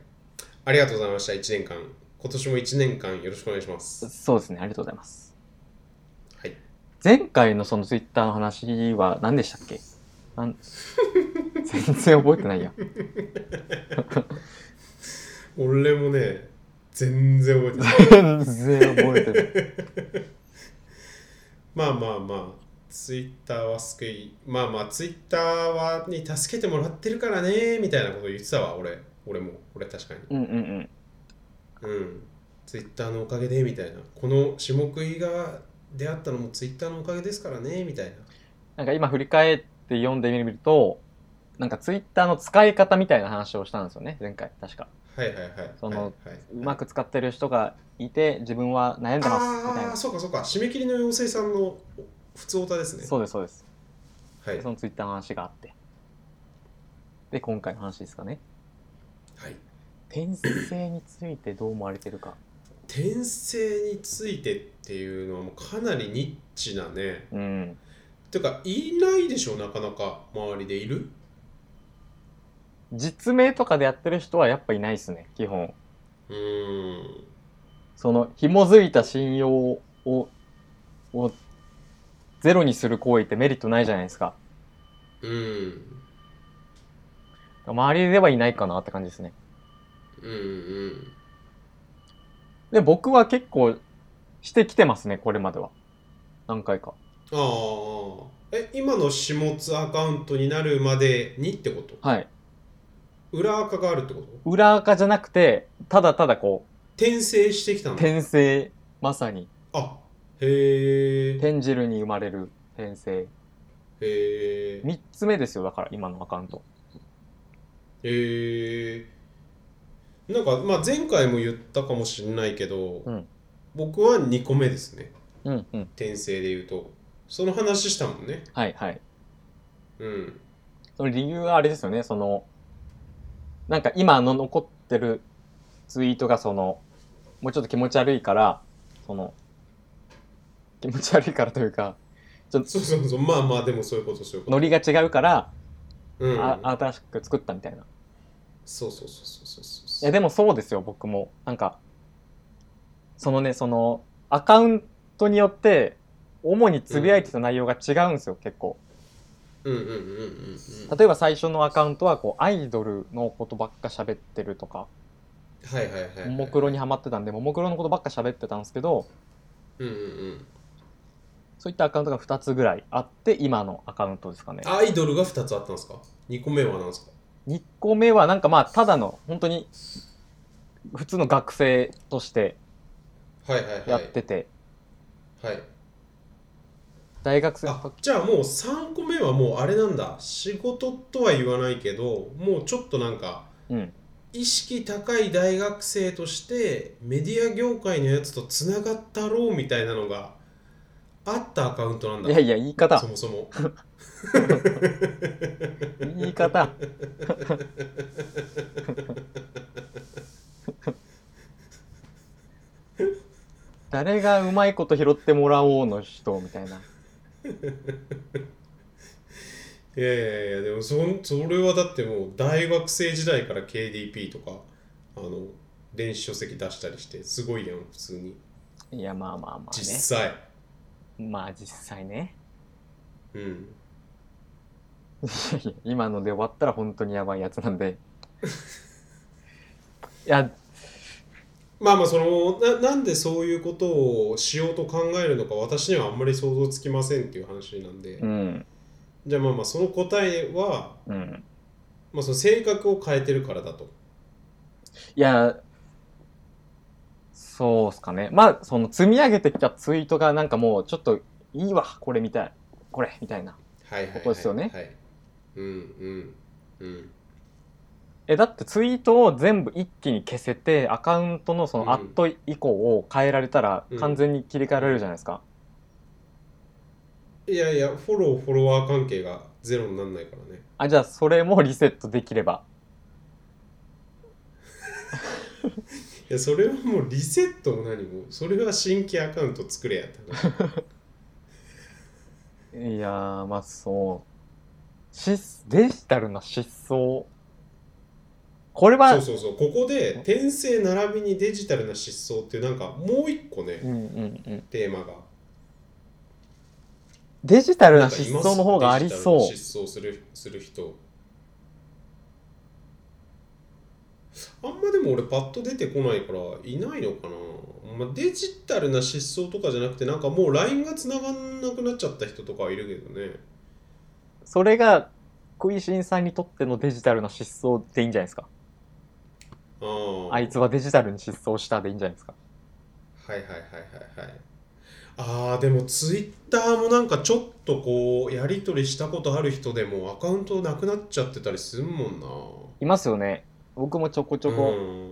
S2: ありがとうございました1年間今年も1年間よろしくお願いします
S1: そうですねありがとうございます
S2: はい
S1: 前回のそのツイッターの話は何でしたっけなん 全然覚えてないや
S2: 俺もね全然覚えてな
S1: 全
S2: い
S1: 然覚えてない
S2: まあまあまあツイッターは救いまあまあツイッターはに助けてもらってるからねみたいなこと言ってたわ俺俺も俺確かに
S1: うんうんうん
S2: うんツイッターのおかげでみたいなこの下食いが出会ったのもツイッターのおかげですからねみたいな
S1: なんか今振り返って読んでみるとなんかツイッターの使い方みたいな話をしたんですよね前回確か
S2: はいはいはい
S1: その
S2: はいはいう
S1: まく使ってる人がいて自分は悩んでますみたい
S2: ああ
S1: な
S2: ーそうかそうか締め切りの妖精さんのお普通歌ですね
S1: そうですそうです
S2: はい
S1: でそのツイッターの話があってで今回の話ですかね
S2: はい
S1: 転生についてどう思われてるか
S2: 転生についてっていうのはもうかなりニッチなね
S1: うん
S2: てかいないでしょなかなか周りでいる
S1: 実名とかでやってる人はやっぱいないですね基本
S2: うーん
S1: その紐づいた信用ををゼロにする行為ってメリットないじゃないですか
S2: うん
S1: 周りではいないかなって感じですね
S2: うんうん
S1: で僕は結構してきてますねこれまでは何回か
S2: ああえ今の始末アカウントになるまでにってこと
S1: はい
S2: 裏垢があるってこと
S1: 裏垢じゃなくてただただこ
S2: 転生してきた
S1: う
S2: の
S1: 転生まさに
S2: あへえへ
S1: 転汁に生まれる転生
S2: え
S1: 3つ目ですよだから今のアカウント
S2: へえなんか、まあ、前回も言ったかもしれないけど、
S1: うん
S2: 僕は2個目ですね
S1: うんうん
S2: 転生で言うとその話したもんね
S1: はいはい
S2: うん
S1: その理由はあれですよねそのなんか今の残ってるツイートがそのもうちょっと気持ち悪いからその気持ち悪いからというか
S2: そうそうそうまあまあでもそういうことそういうこ
S1: ノリが違うから、
S2: とうん
S1: あ新しく作ったみたいな
S2: そうそうそうそうそうそ
S1: い
S2: う
S1: やでもそうですよ僕もなんかそのねそのアカウントによって主につぶやいてた内容が違うんですよ、結構
S2: うんうんうんうんうん
S1: 例えば最初のアカウントはこうアイドルのことばっか喋ってるとか
S2: はいはいはいはい
S1: ももクロにハマってたんでももクロのことばっか喋ってたんですけど
S2: うんうんうん
S1: そういったアカウントが2つぐらいあって今のアカウントですかね
S2: アイドルが2つあったんですか ?2 個目は何ですか
S1: 2個目はなんかまあただの本当に普通の学生として
S2: はいはい
S1: や
S2: は
S1: っ
S2: い
S1: てて、
S2: はい
S1: 大学生の
S2: あ
S1: 時
S2: じゃあもう3個目はもうあれなんだ仕事とは言わないけどもうちょっとなんか
S1: うん
S2: 意識高い大学生としてメディア業界のやつとつながったろうみたいなのがあったアカウントなんだ
S1: いやいや言い方
S2: そもそも
S1: 言い 方誰がうまいこと拾ってもらおうの人みたいない
S2: やいやいやでもそんそれはだってもう大学生時代から KDP とかあの電子書籍出したりしてすごいやん普通に
S1: いやまあまあまあね
S2: 実際、
S1: まあ実際ね
S2: うん
S1: いやいや今ので終わったら本当にやばいやつなんで いや
S2: まあまあそのななんでそういうことをしようと考えるのか私にはあんまり想像つきませんっていう話なんで、
S1: うん
S2: じゃあまあまあその答えは、
S1: うん
S2: まあ、その性格を変えてるからだと
S1: いやそうっすかねまあその積み上げてきたツイートがなんかもうちょっといいわこれみたいこれみたいな
S2: はいはいはい、はい、
S1: ここですよね
S2: はいうんうんうん
S1: えだってツイートを全部一気に消せてアカウントのそ
S2: うん
S1: のアット以降を変えられたら
S2: うん
S1: 完全に切り替えられるじゃないですか、
S2: いやいやフォローフォロワー関係がゼロにならないからね
S1: あじゃあそれもリセットできれば
S2: いやそれはもうリセットも何もそれは新規アカウント作れやって話
S1: いやーまあそう失デジタルな失踪これは
S2: そうそうそうここで転生並びにデジタルな失踪っていうなんかもう一個ね
S1: うんうんうん
S2: テーマが
S1: デジタル
S2: な
S1: なん
S2: かいます
S1: 失踪の方がありそう
S2: デジタルな失踪するする人あんまでも俺パッと出てこないからいないのかな、まあ、デジタルな失踪とかじゃなくてなんかもう LINE が繋がんなくなっちゃった人とかはいるけどね
S1: それが食いしんさんにとってのデジタルな失踪でいいんじゃないですか
S2: ああ
S1: あいつはデジタルに失踪したでいいんじゃないですか
S2: はいはいはいはいはいあーでもツイッターもなんかちょっとこうやり取りしたことある人でもアカウントなくなっちゃってたりすんもんない
S1: ますよね僕もちょこちょこ、
S2: うん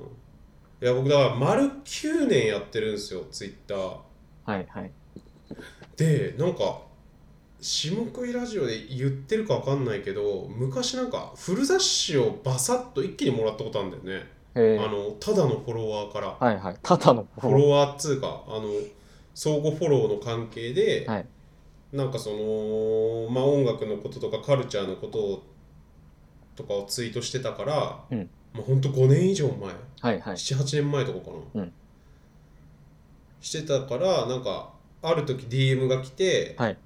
S2: いや僕だから丸9年やってるんですよツイッター
S1: はいはい
S2: でなんか下食いラジオで言ってるかわかんないけど昔なんかフル雑誌をバサッと一気にもらったことあるんだよね、
S1: え
S2: あ
S1: ー、
S2: のただのフォロワーから
S1: はいはいただの
S2: フォロワーっつうかあの相互フォローの関係で、
S1: はい
S2: なんかその、まあ、音楽のこととかカルチャーのことをとかをツイートしてたから、
S1: うん
S2: もうほんと5年以上前、
S1: はいはい
S2: 78年前とかかな、
S1: うん
S2: してたからなんかある時 DM が来て、
S1: はい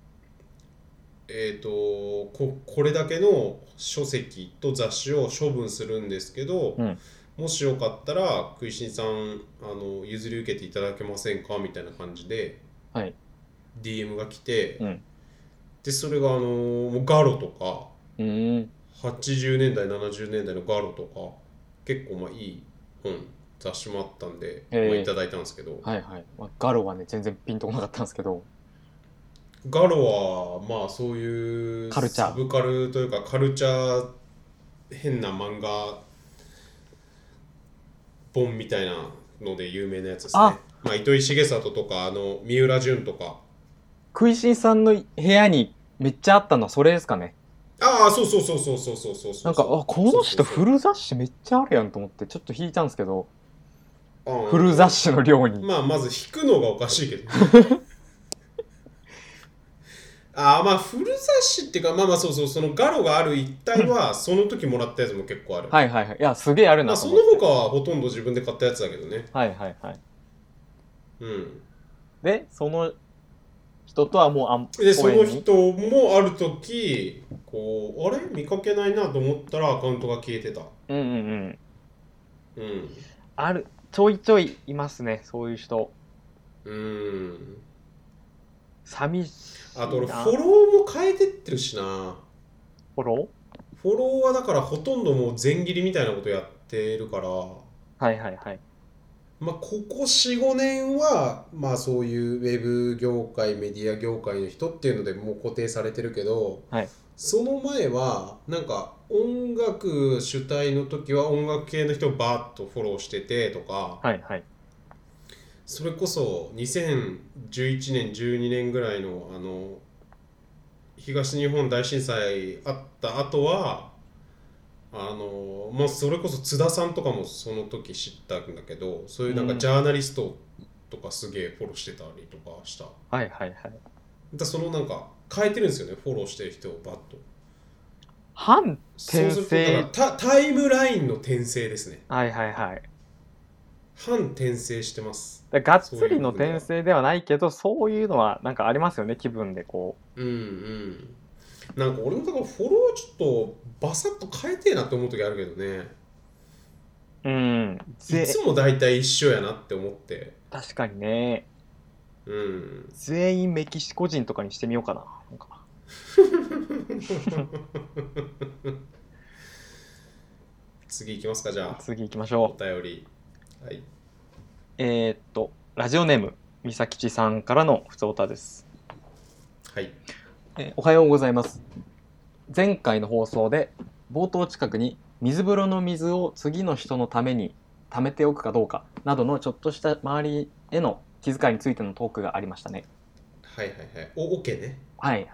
S2: えっ、とここれだけの書籍と雑誌を処分するんですけど、
S1: うん
S2: もしよかったら食いしんさんあの譲り受けていただけませんかみたいな感じで
S1: はい
S2: DM が来て、
S1: うん
S2: でそれがあのもうガロとか
S1: うーん
S2: 80年代70年代のガロとか結構まあいい、うん、雑誌もあったんで、
S1: ええ
S2: まあ、いただいたんですけど、
S1: はいはい、まあ、ガロはね全然ピンとこなかったんですけど
S2: ガロはまあそういう
S1: カルチャー
S2: サブカルというかカルチャー変な漫画本みたいなので有名なやつですね
S1: あ
S2: まあ、糸井重里とかあの三浦淳とか
S1: 食いしんさんの部屋にめっちゃあったのはそれですかね
S2: ああそうそうそうそうそうそうそうそう
S1: なんかあこの人
S2: そうそう
S1: フル雑誌めっちゃあるやんと思ってちょっと引いたんですけど
S2: そううん
S1: フル雑誌の量に
S2: まあまず引くのがおかしいけど ああまあフル雑誌っていうかまあまあそうそうそのガロがある一帯はその時もらったやつも結構ある、
S1: はいはいはいいやすげえある
S2: ま
S1: な
S2: あ
S1: と
S2: そ
S1: 思
S2: の
S1: って、
S2: 他はほとんど自分で買ったやつだけどね
S1: はいはいはい
S2: うん
S1: でその人とはもうあん
S2: でそ
S1: 公園
S2: の
S1: に
S2: 人もある時こうあれ見かけないなと思ったらアカウントが消えてた
S1: うんうんうん
S2: うん
S1: あるちょいちょいいますねそういう人
S2: うん
S1: 寂しいな
S2: あと俺フォ
S1: フ
S2: ローも変えてってるしな
S1: ォロ
S2: フォローはだからほとんどもう全切りみたいなことやってるから、
S1: はいはいはい。
S2: まあ、ここ45年は、まあ、そういうウェブ業界メディア業界の人っていうのでもう固定されてるけど、
S1: はい
S2: その前はなんか音楽主体の時は音楽系の人をバーッとフォローしててとか、
S1: はいはい。
S2: それこそ2011年12年ぐらいのあの東日本大震災あった後はあのまあそれこそ津田さんとかもその時知ったんだけどそういうなんか
S1: うん
S2: ジャーナリストとかすげえフォローしてたりとかした、だか
S1: はいはいはい。
S2: らそのなんか変えてるんですよねフォローしてる人をバッと
S1: 反
S2: そうするとだからタタイムラインの転生ですね
S1: はいはいはい。
S2: 反転生してます
S1: だからがっつりの転生ではないけど、そういうのはなんかありますよね、気分でこ
S2: うんうんなんか俺もだからフォローちょっとバサッと変えてえなって思う時あるけどね
S1: う。うん。
S2: い
S1: ぜ
S2: つも大体一緒やなって思って
S1: 確かにね、
S2: うん
S1: 全員メキシコ人とかにしてみようかな。なんか
S2: 次行きますかじゃあ
S1: 次行きまし
S2: お
S1: ょう。
S2: 便りはい
S1: えーっと、ラジオネーム、みさきちさんからのふつおたです。
S2: はい
S1: えーおはようございます前回の放送で冒頭近くに水風呂の水を次の人のために貯めておくかどうかなどのちょっとした周りへの気遣いについてのトークがありましたね
S2: はいはいはいおオケね
S1: はい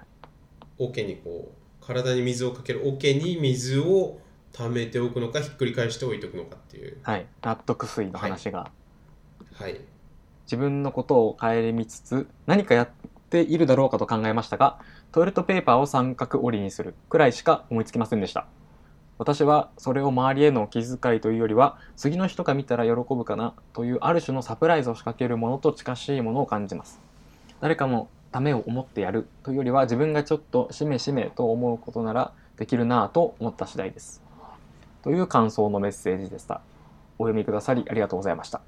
S2: オケにこう体に水をかけるオケに水を溜めておくのかひっくり返して置いとくのかっていう
S1: はい納得水の話が、
S2: はい
S1: 自分のことを顧みつつ何かやっているだろうかと考えましたがトイレットペーパーを三角折りにするくらいしか思いつきませんでした私はそれを周りへの気遣いというよりは次の人が見たら喜ぶかなというある種のサプライズを仕掛けるものと近しいものを感じます誰かのためを思ってやるというよりは自分がちょっとしめしめと思うことならできるなぁと思った次第ですという感想のメッセージでしたお読みくださりありがとうございました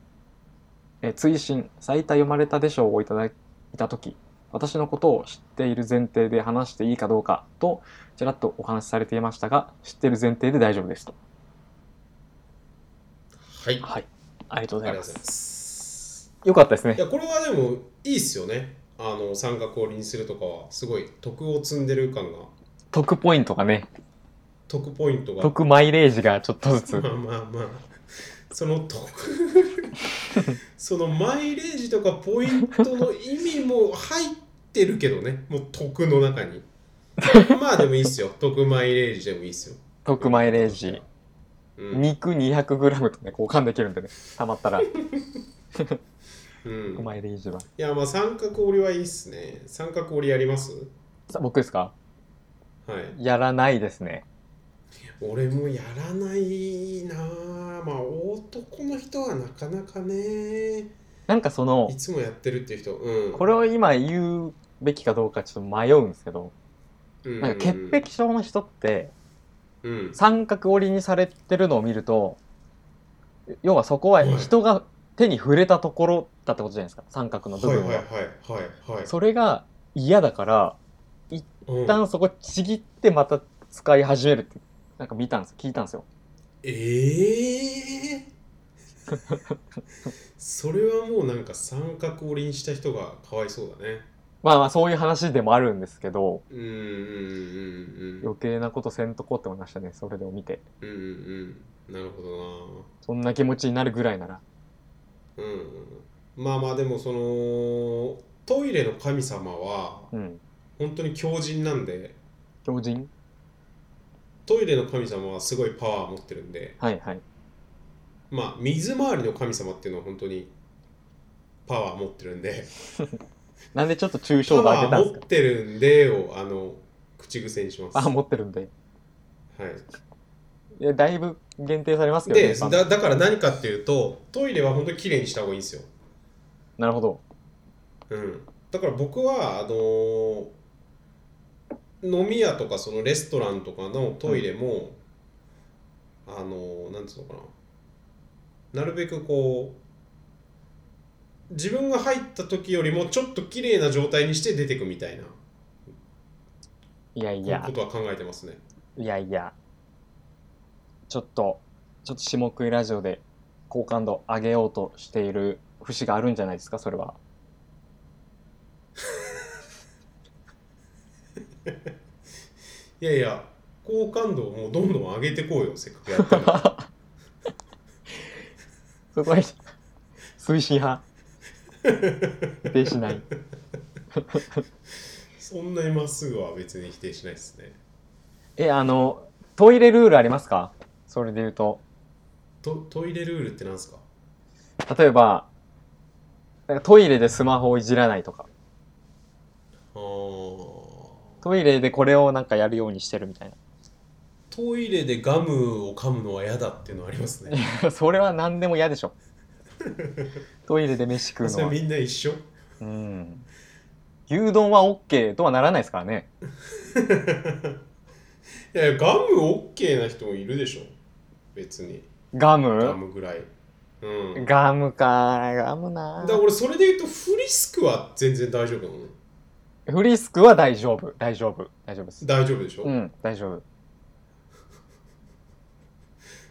S1: えー追伸最多読まれたでしょうをいただいた時私のことを知っている前提で話していいかどうかとちらっとお話しされていましたが知っている前提で大丈夫ですと
S2: はいあ
S1: はいありがとう
S2: り
S1: ご
S2: が
S1: ざいうます
S2: とございます
S1: よかったですね
S2: いやこれはでもいいっすよねあの三角折りにするとかはすごい得を積んでる感が
S1: 得ポイントがね
S2: 得ポイントが
S1: 得マイレージがちょっとずつ
S2: まあまあまあその得 そのマイレージとかポイントの意味も入ってるけどねもう得の中にまあでもいいっすよ得マイレージでもいいっすよ
S1: 得マイレージ、
S2: うん
S1: 肉 200g とね交換できるんでねたまったら
S2: うん、い
S1: マイレージは
S2: やまあ三角折りはいいっすね三角折りやります
S1: さあ僕ですか
S2: はい
S1: やらないですね
S2: 俺もやらないなあまあ男の人はなかなかね
S1: なんかその
S2: いつもやってるっていう人うん
S1: これを今言うべきかどうかちょっと迷うんですけど
S2: うん
S1: なんか潔癖症の人って
S2: うん
S1: 三角折りにされてるのを見ると要はそこは人が手に触れたところだってことじゃないですか三角の部
S2: はいはい
S1: 分
S2: はい
S1: は。
S2: はいはい
S1: それが嫌だから
S2: うん
S1: 一旦そこちぎってまた使い始めるってなんか見たんです聞いたんですよ。
S2: ええ それはもうなんか三角折りにした人がかわいそうだね
S1: まあまあそういう話でもあるんですけど
S2: うんうんうんうん
S1: 余計なことせんとこうって思いましたねそれでも見て
S2: うんうんうんなるほど
S1: そんな気持ちになるぐらいなら
S2: なうんうんまあまあでもそのトイレの神様は
S1: うん
S2: 本当に強靭なんで
S1: 強靭
S2: トイレの神様はすごいパワー持ってるんで
S1: はいはい
S2: まあ水回りの神様っていうのは本当にパワー持ってるんで
S1: なんでちょっと抽
S2: パ
S1: 象度上げた
S2: ワ
S1: んで
S2: ー持
S1: すか
S2: ってるんでをあの口癖にします
S1: あ持ってるんで
S2: はい
S1: いやだいぶ限定されますけどね
S2: でだだから何かっていうとトイレは本当に綺麗にした方がいいんですよ、
S1: なるほど
S2: うん、だから僕はあのー飲み屋とかそのレストランとかのトイレも、あのーなんつうのかななるべくこう自分が入った時よりもちょっと綺麗な状態にして出てくみたいない
S1: やいや
S2: ことは考えてますね
S1: いやいや、ちょっとちょっと下食いラジオで好感度上げようとしている節があるんじゃないですかそれ は
S2: ういやいや好感度をもうどんどん上げてこうよせっかくやった ら
S1: そこは推進派否定しない
S2: そんなにまっすぐは別に否定しないですね
S1: えあのトイレルールありますかそれで言うと
S2: トトイレルールってなんですか
S1: 例えばなんかトイレでスマホをいじらないとか
S2: あー
S1: トイレでこれをなんかやるようにしてるみたい
S2: トイレでガムを噛むのは嫌だっていうのはありますね
S1: な それは何でも嫌でし ょトイレで飯食う
S2: そ
S1: の
S2: れ
S1: は
S2: みんな一緒
S1: うん牛丼は OK とはならないですからね
S2: いやいやガム OK な人もいるでしょ別に
S1: ガ
S2: ガ
S1: ム
S2: ムぐらいうんだか
S1: ガムかガムな
S2: ら俺それで言うとフリスクは全然大丈夫なの
S1: フリスクは大丈夫大丈夫大丈夫です
S2: 大丈夫でしょ、
S1: うん大丈夫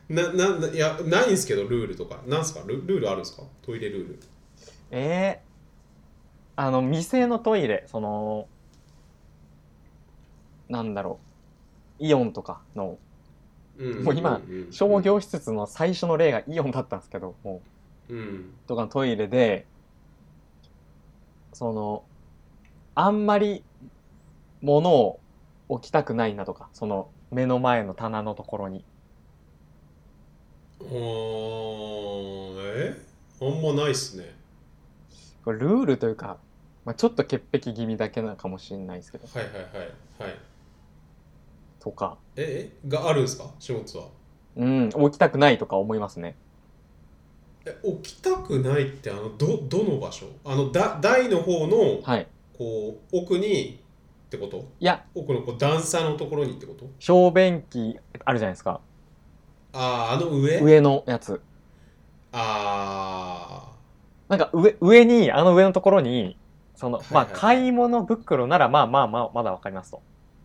S2: ななないやないんですけどルールとかなんすかルルールあるんですかトイレルール
S1: えー、あの店のトイレそのなんだろうイオンとかの
S2: うん
S1: もう今
S2: んん
S1: 商業施設の最初の例がイオンだったんですけども
S2: うん
S1: うとかのトイレでそのあんまり物を置きたくないなとかその目の前の棚のところに
S2: あーえあんまないっすね
S1: これルールというか、まあ、ちょっと潔癖気味だけなのかもしれないですけど
S2: はいはいはいはい
S1: とか
S2: ええがあるんですか始末は
S1: うん置きたくないとか思いますね
S2: え起きたくないってあのどどの場所あのだ台の方の
S1: はい
S2: こう奥にってこと
S1: いや
S2: 奥のこう段差のところにってこと
S1: 小便器あるじゃないですか
S2: あああの上
S1: 上のやつ
S2: あ
S1: なんか上上にあの上のところにそのまあ
S2: はいはいはい
S1: 買い物袋ならまあまあまあまだわかりますと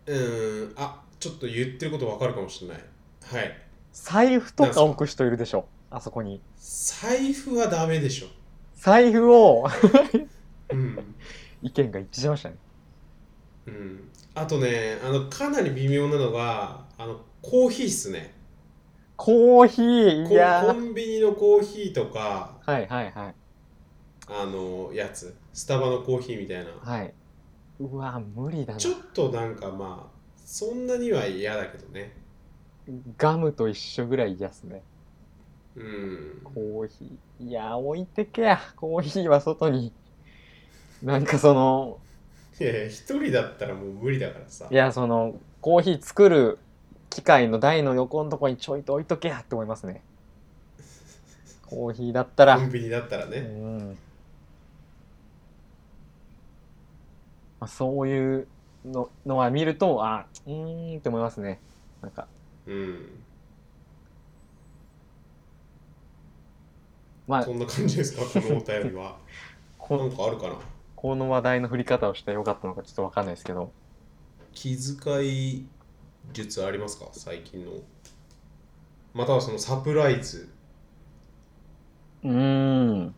S2: あうんあちょっと言ってることわかるかもしれないはい
S1: 財布とか置く人いるでしょあそこに
S2: 財布はダメでしょ、
S1: 財布を
S2: うん
S1: 意見が一致しましたね
S2: うん、あとねあのかなり微妙なのがあのコーヒーっすね
S1: コーヒーい
S2: コ
S1: や
S2: コ
S1: ー
S2: ンビニのコーヒーとか
S1: はいはいはい
S2: あのやつスタバのコーヒーみたいな、
S1: はいうわ無理だな
S2: ちょっとなんかまあそんなには嫌だけどね
S1: ガムと一緒ぐらい嫌っすね
S2: うん
S1: コーヒー。いや、置いてけや。コーヒーは外に。なんかその、
S2: いやいや一人だったらもう無理だからさ
S1: いや、その、コーヒー作る機械の台の横のとこにちょいと置いとけやって思いますね。コーヒーだったら。
S2: コンビニだったら
S1: う
S2: ね、
S1: ん。まあ、そういうののは見ると、あ、うーんって思いますね。なんか、
S2: うん、
S1: まあ
S2: そ、んな感 じですかこのお便りはな
S1: こ
S2: んかあるかな
S1: この話題の振り方をしてよかったのかちょっとわかんないですけど。
S2: 気遣い術ありますか最近のまたはそのサプライズ
S1: うーん。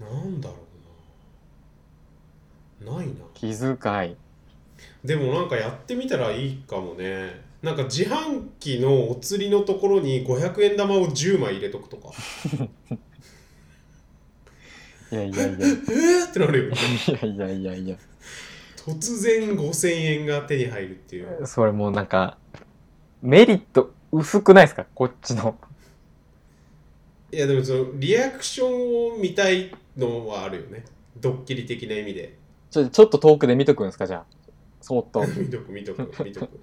S2: なんだろうなないな
S1: 気遣い。
S2: でもなんかやってみたらいいかもねなんか自販機のお釣りのところに500円玉を10枚入れとくとか
S1: いやい
S2: え
S1: やいや。
S2: ーってなるよね
S1: いやいやいやいや
S2: 突然5000円が手に入るっていう
S1: それもうなんかメリット薄くないですかこっちの
S2: いやでもそのリアクションを見たいのはあるよねドッキリ的な意味で
S1: ちょちょっと遠くで見とくんですかじゃあそーっと
S2: 見とく見とく見とく、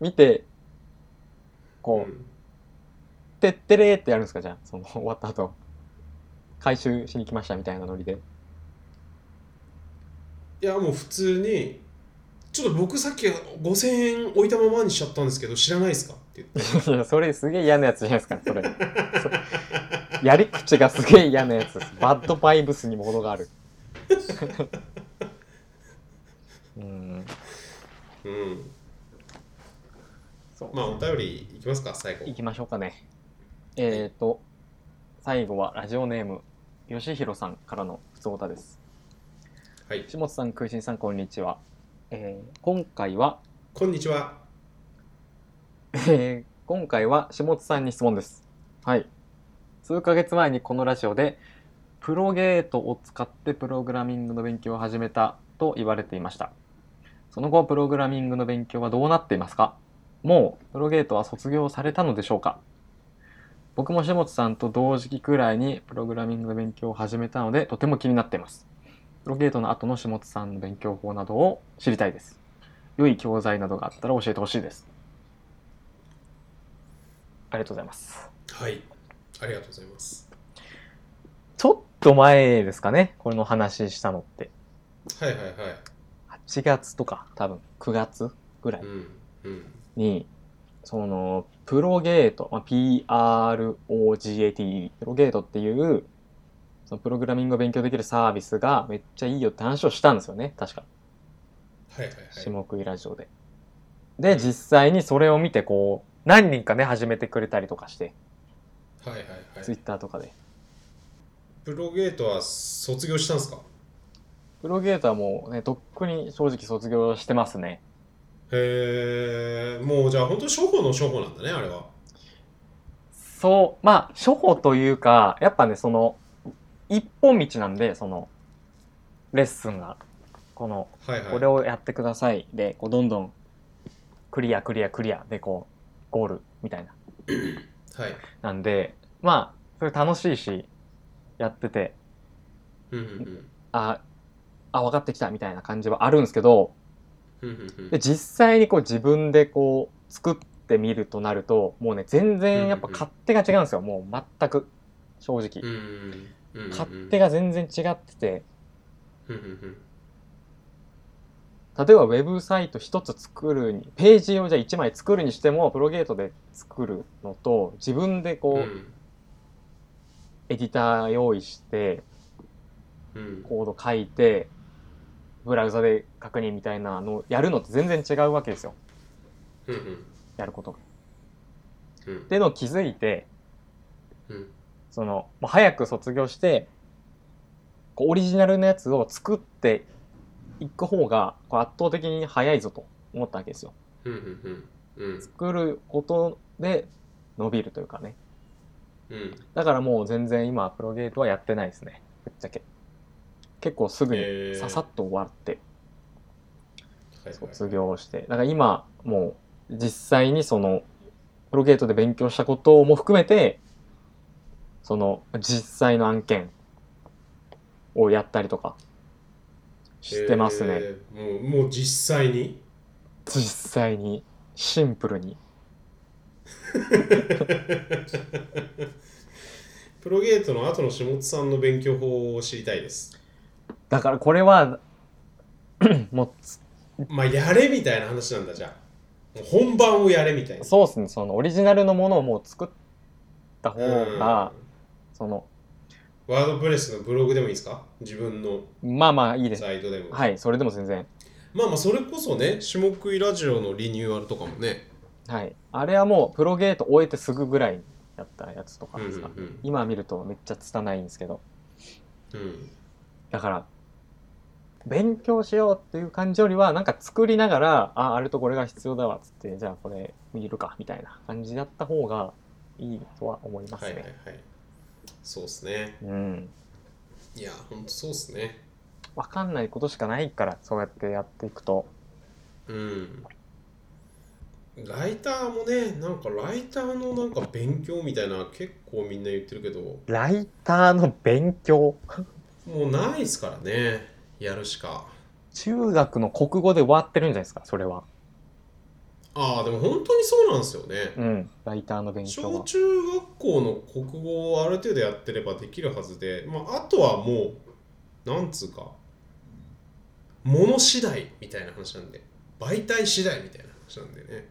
S1: 見て
S2: う
S1: こう、
S2: ん
S1: てってれーってやるんですかじゃあその終わった後回収しに来ましたみたいなノリで
S2: いやもう普通にちょっと僕さっき5000円置いたままにしちゃったんですけど知らないですかって言って
S1: いやそれすげえ嫌なやつじゃないですかそれそやり口がすげえ嫌なやつですバッドバイブスにも程がある うん
S2: うん
S1: そう
S2: まあお便りいきますか最後
S1: いきましょうかね。えっ、ー、と、最後はラジオネーム、よしひろさんからの普通歌です。
S2: はい
S1: 下津さん、空心さん、こんにちは。えー今回は、
S2: こんにちは
S1: えー今回は下津さんに質問です。はい。数ヶ月前にこのラジオで、プロゲートを使ってプログラミングの勉強を始めたと言われていました。その後、プログラミングの勉強はどうなっていますかもう、プロゲートは卒業されたのでしょうか僕も下津さんと同時期くらいにプログラミングの勉強を始めたので、とても気になっています。プロゲートの後の下津さんの勉強法などを知りたいです。良い教材などがあったら教えてほしいです。ありがとうございます。
S2: はいありがとうございます
S1: ちょっと前ですかね、これの話したのって。
S2: はいはいはい
S1: 8月とか、多分9月ぐらい
S2: うんうん
S1: に、その、プロゲート、まあ、PROGATE、プロゲートっていう、そのプログラミングを勉強できるサービスがめっちゃいいよって話をしたんですよね、確か。
S2: はいはいはい
S1: 下食いラジオで。で、実際にそれを見て、こう、何人かね、始めてくれたりとかして、
S2: はいはいは
S1: ツイ
S2: い
S1: ッターとかで。
S2: プロゲートは卒業したんですか
S1: プロゲートはもうね、とっくに正直卒業してますね。
S2: へえもうじゃあ本当初歩の初歩なんだねあれは
S1: そう、まあ、初歩というか、やっぱね、その、一本道なんで、その、レッスンが、この、
S2: はいはい
S1: これをやってくださいで、こう、どんどん、クリア、クリア、クリアで、こう、ゴール、みたいな。
S2: はい
S1: なんで、まあ、それ楽しいし、やってて、
S2: うんうん
S1: あ、あ、分かってきた、みたいな感じはあるんですけど、
S2: うんうんうんう
S1: で、
S2: ん
S1: 実際にこう、自分でこう、作ってみるとなると、もうね、全然やっぱ勝手が違うんですよ、もう、全く、正直。
S2: うんうんうん
S1: 勝手が全然違ってて
S2: うんうんうん
S1: 例えばウェブサイト一つ作るにページをじゃあ1枚作るにしてもプロゲートで作るのと自分でこう、
S2: うん
S1: エディター用意して
S2: うん
S1: コード書いてブラウザで確認みたいなのをやるのと全然違うわけですよ
S2: うんうん
S1: やることが。
S2: うん
S1: っていうのを気づいて
S2: うん
S1: そのもう早く卒業してこうオリジナルのやつを作っていく方がこう圧倒的に早いぞと思ったわけですよ。
S2: うんうんうん
S1: 作ることで伸びるというかね
S2: うん
S1: だからもう全然今プロゲートはやってないですねぶっちゃけ結構すぐに
S2: えー
S1: ささっと終わって
S2: はいはい
S1: 卒業してだから今もう実際にそのプロゲートで勉強したことも含めてその実際の案件をやったりとかしてますね、
S2: えーもうもう実際に
S1: 実際にシンプルに
S2: プロゲートの後の下津さんの勉強法を知りたいです。
S1: だからこれは もう
S2: まあやれみたいな話なんだじゃあ。もう本番をやれみたいな。
S1: そうですねそのオリジナルのものをもう作った方
S2: うん
S1: が、その
S2: ワードプレスのブログでもいいですか自分の
S1: まあまあいいです
S2: サイトでも。
S1: はいそれでも全然
S2: まあまあそれこそね、下食いラジオのリニューアルとかもね。
S1: はいあれはもうプロゲート終えてすぐぐらいにやったやつとか
S2: うんう
S1: です
S2: ん
S1: か、
S2: うん
S1: 今見るとめっちゃ拙いんですけど
S2: うん
S1: だから勉強しようっていう感じよりはなんか作りながらああれとこれが必要だわっつってじゃあこれ見るかみたいな感じだった方がいいとは思います
S2: は
S1: ね、
S2: いはいはい。そうですね。
S1: うん
S2: いや、ほんとそうですね。
S1: わかんないことしかないからそうやってやっていくと
S2: うん。ライターもね、なんかライターのなんか勉強みたいな結構みんな言ってるけど、
S1: ライターの勉強
S2: もうないですからね、やるしか。
S1: 中学の国語で終わってるんじゃないですかそれは
S2: ああ、でも本当にそうなんですよね。
S1: うんライターの勉強
S2: 小
S1: は
S2: 中学校の国語をある程度やってればできるはずで、まあ、あとはもう、なんつうか、もの次第みたいな話なんで、媒体次第みたいな話なんでね。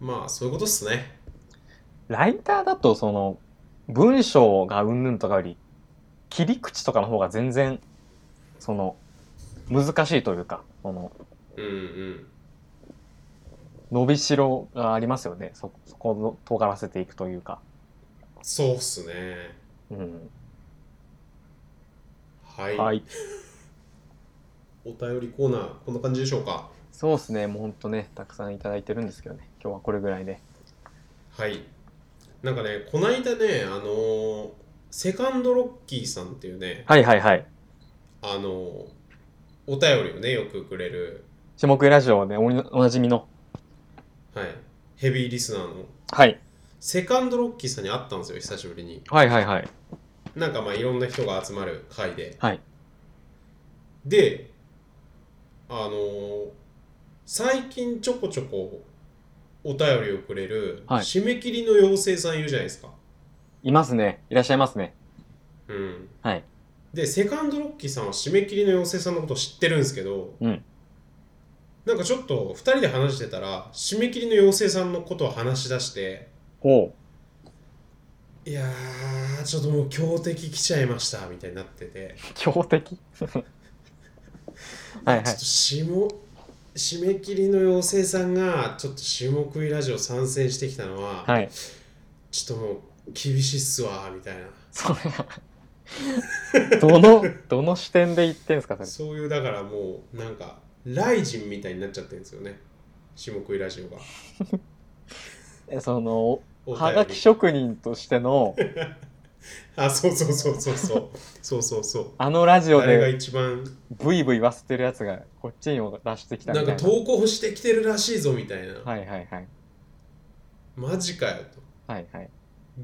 S2: まあ、そういうことっすね。
S1: ライターだとその文章がうんぬんとかより切り口とかの方が全然その難しいというかその
S2: うんうん。
S1: 伸びしろがありますよねそそこを尖らせていくというか、
S2: そうっすね
S1: うん、
S2: はい、
S1: はい
S2: お便りコーナーこんな感じでしょうか
S1: そうですねもうほんとねたくさんいただいてるんですけどね今日はこれぐらいで
S2: はいなんかねこないだねあのーセカンドロッキーさんっていうね
S1: はいはいはい
S2: あのーお便りをねよくくれる、
S1: 下食いラジオでおにおなじみの
S2: はい、ヘビーリスナーの
S1: はい
S2: セカンドロッキーさんに会ったんですよ久しぶりに
S1: はいはいはい
S2: なんかまあいろんな人が集まる会で
S1: はい
S2: であのー最近ちょこちょこお便りをくれる
S1: はい
S2: 締め切りの妖精さんいるじゃないですか、
S1: いますねいらっしゃいますね
S2: うん
S1: はい
S2: でセカンドロッキーさんは締め切りの妖精さんのこと知ってるんですけど、
S1: うん
S2: なんかちょっと2人で話してたら締め切りの妖精さんのことを話し出して
S1: ほ
S2: いやーちょっともう強敵来ちゃいましたみたいになってて
S1: う強 敵はいはい
S2: ちょっと下締め切りの妖精さんがちょっと下食いラジオ参戦してきたのは、
S1: はい
S2: ちょっともう厳しいっすわみたいな
S1: それ はどのどの視点で言ってんすかそれ
S2: そういうだからもうなんかライジンみたいになっちゃってるんですよね下食いラジオが
S1: えその
S2: お
S1: はがき職人としての
S2: あそうそうそうそうそうそうそうそう
S1: あのラジオ
S2: あれが
S1: で
S2: 一番
S1: ブイブイ言わせてるやつがこっちにも出してきたみ
S2: な
S1: たい
S2: ん
S1: な
S2: か投稿してきてるらしいぞみたいな、
S1: はいはいはい
S2: マジかよと
S1: はいはい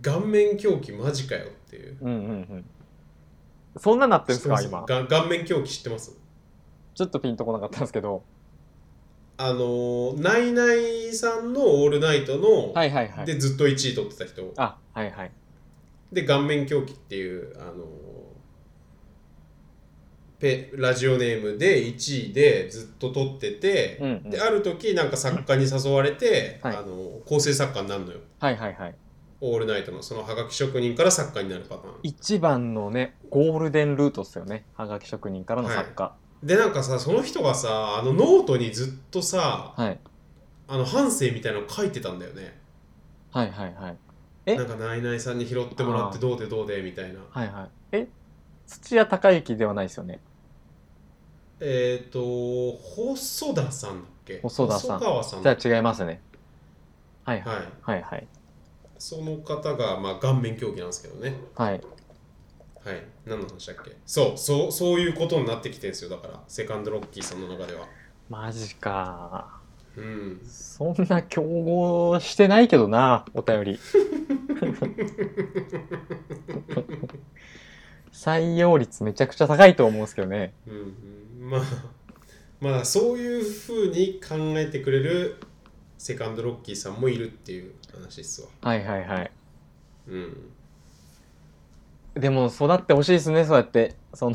S2: 顔面狂気マジかよっていう
S1: うんうんうんそんななってるんですか
S2: 知って
S1: 今
S2: ますが顔面狂気知ってます
S1: ちょっとピンとこなかったんですけど
S2: あのーナイナイさんの「オールナイトの」
S1: はいはいはい
S2: でずっと1位取ってた人
S1: あはいはい
S2: で顔面狂気っていう、あのーペラジオネームで1位でずっと取ってて、
S1: うんうん
S2: である時なんか作家に誘われて、
S1: はい
S2: あのー構成作家になるのよ
S1: はいはいはい
S2: 「オールナイトの」そのハガキ職人から作家になるパターン
S1: 一番のねゴールデンルートっすよねはがき職人からの作家
S2: でなんかさその人がさあのノートにずっとさ
S1: はい
S2: あの半生みたいなの書いてたんだよね
S1: はいはいはいえ
S2: なんかナイナイさんに拾ってもらってどうでどうでみたいな
S1: はいはいえ土屋隆之ではないですよね
S2: えっ、ー、と細田さんだっけ
S1: 細田さん
S2: 細川さん
S1: じゃあ違いますねはいはい
S2: はい
S1: はいはい
S2: その方が、まあ、顔面狂気なんですけどね。
S1: はい
S2: はい。何の話だっけそう、そう、そういうことになってきてんですよ。だから、セカンドロッキーさんの中では。
S1: マジか
S2: うん。
S1: そんな競合してないけどなお便 り採用率めちゃくちゃ高いと思うんですけどね
S2: うん。うんまあ、まだそういうふうに考えてくれるセカンドロッキーさんもいるっていう話っすわ。
S1: はいはいはい
S2: うん。
S1: でも育ってほしいですねそうやってその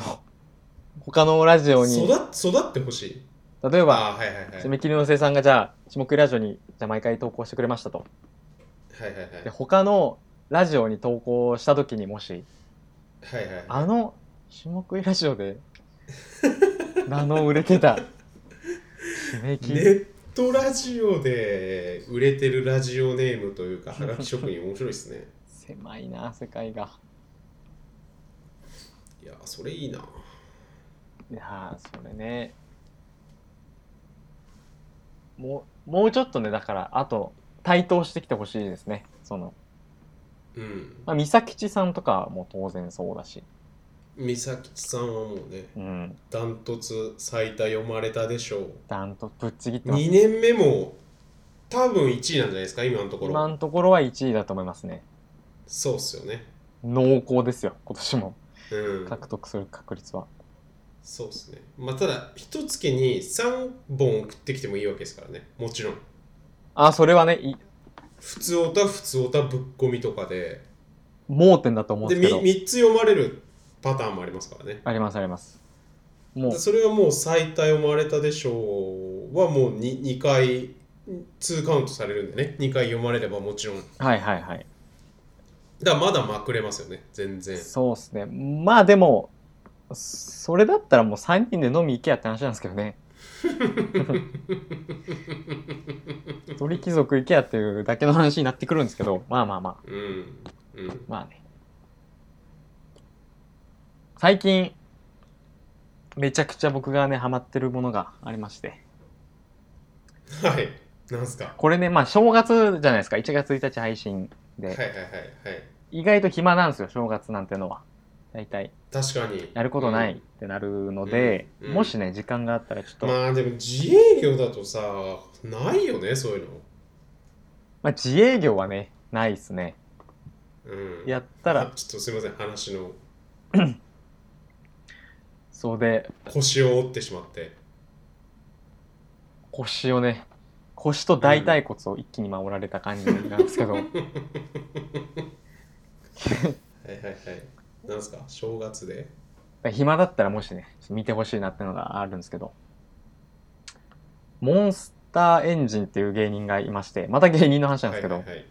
S1: 他のラジオ
S2: 育
S1: に
S2: 育ってほしい。
S1: 例えば
S2: ああー、はいはいはい。
S1: 締め切りの生産がじゃあ下食いラジオにじゃあ毎回投稿してくれましたと
S2: はいはいはい
S1: で。他のラジオに投稿した時にもし
S2: はいはい。
S1: あの下食いラジオで名の売れてた締め切
S2: ネ
S1: り、
S2: ットラジオで売れてるラジオネームというか、はがき職人面白いで すね。
S1: 狭いな世界が
S2: いやー、それいいな。
S1: いやーそれねもうもうちょっとねだからあと対等してきてほしいですねその、
S2: うん。
S1: まあ、三崎吉さんとかも当然そうだし
S2: 美咲さんはもうね
S1: うん
S2: ダントツ最多読まれたでしょう
S1: ダンとぶっちぎってます
S2: 2年目も多分1位なんじゃないですか今のとこ
S1: 今
S2: ろ
S1: のところは1位だと思いますね
S2: そうっすよね
S1: 濃厚ですよ今年も
S2: うん
S1: 獲得する確率は
S2: そうっすねまあただ一月に3本送ってきてもいいわけですからねもちろん
S1: あそれはねい
S2: 普通おた普通おたぶっこみとかで
S1: 盲点だと思うん
S2: で
S1: ですけ
S2: み
S1: ど
S2: 3つ読まれるパターンもありますからね
S1: ありますありますもう
S2: でそれはもう最多読まれたでしょうはもう 2, 2回2カウントされるんでね2回読まれればもちろん
S1: はいはいはい
S2: だからまだまくれますよね全然
S1: そうっすねまあでもそれだったらもう3人で飲み行けやって話なんですけどね鳥貴族行けやっていうだけの話になってくるんですけど、まあまあまあ、
S2: うんうん
S1: まあね。最近、めちゃくちゃ僕がね、ハマってるものがありまして。
S2: はいなんすか
S1: これね、まあ正月じゃないですか。1月1日配信
S2: は
S1: で
S2: い。はいはいはい
S1: 意外と暇なんですよ、正月なんてのは。大体、
S2: 確かに
S1: やることないってなるので、
S2: うんうん
S1: もしね、時間があったらちょっ
S2: う
S1: と、
S2: ん
S1: ま
S2: まあでも自営業だとさないよねそういうの
S1: あ自営業はね、ないっすね。
S2: うん
S1: やったら
S2: あ、ちょっとすみません話の
S1: そうで、
S2: 腰を折ってしまって
S1: 腰をね、腰と大腿骨を一気に守られた感じなんです けど、
S2: はいはいはいなんすか正月で
S1: 暇だったらもしね、ちょっと見てほしいなってのがあるんですけど、モンスターエンジンっていう芸人がいまして、また芸人の話なんですけど、
S2: はいはいはい、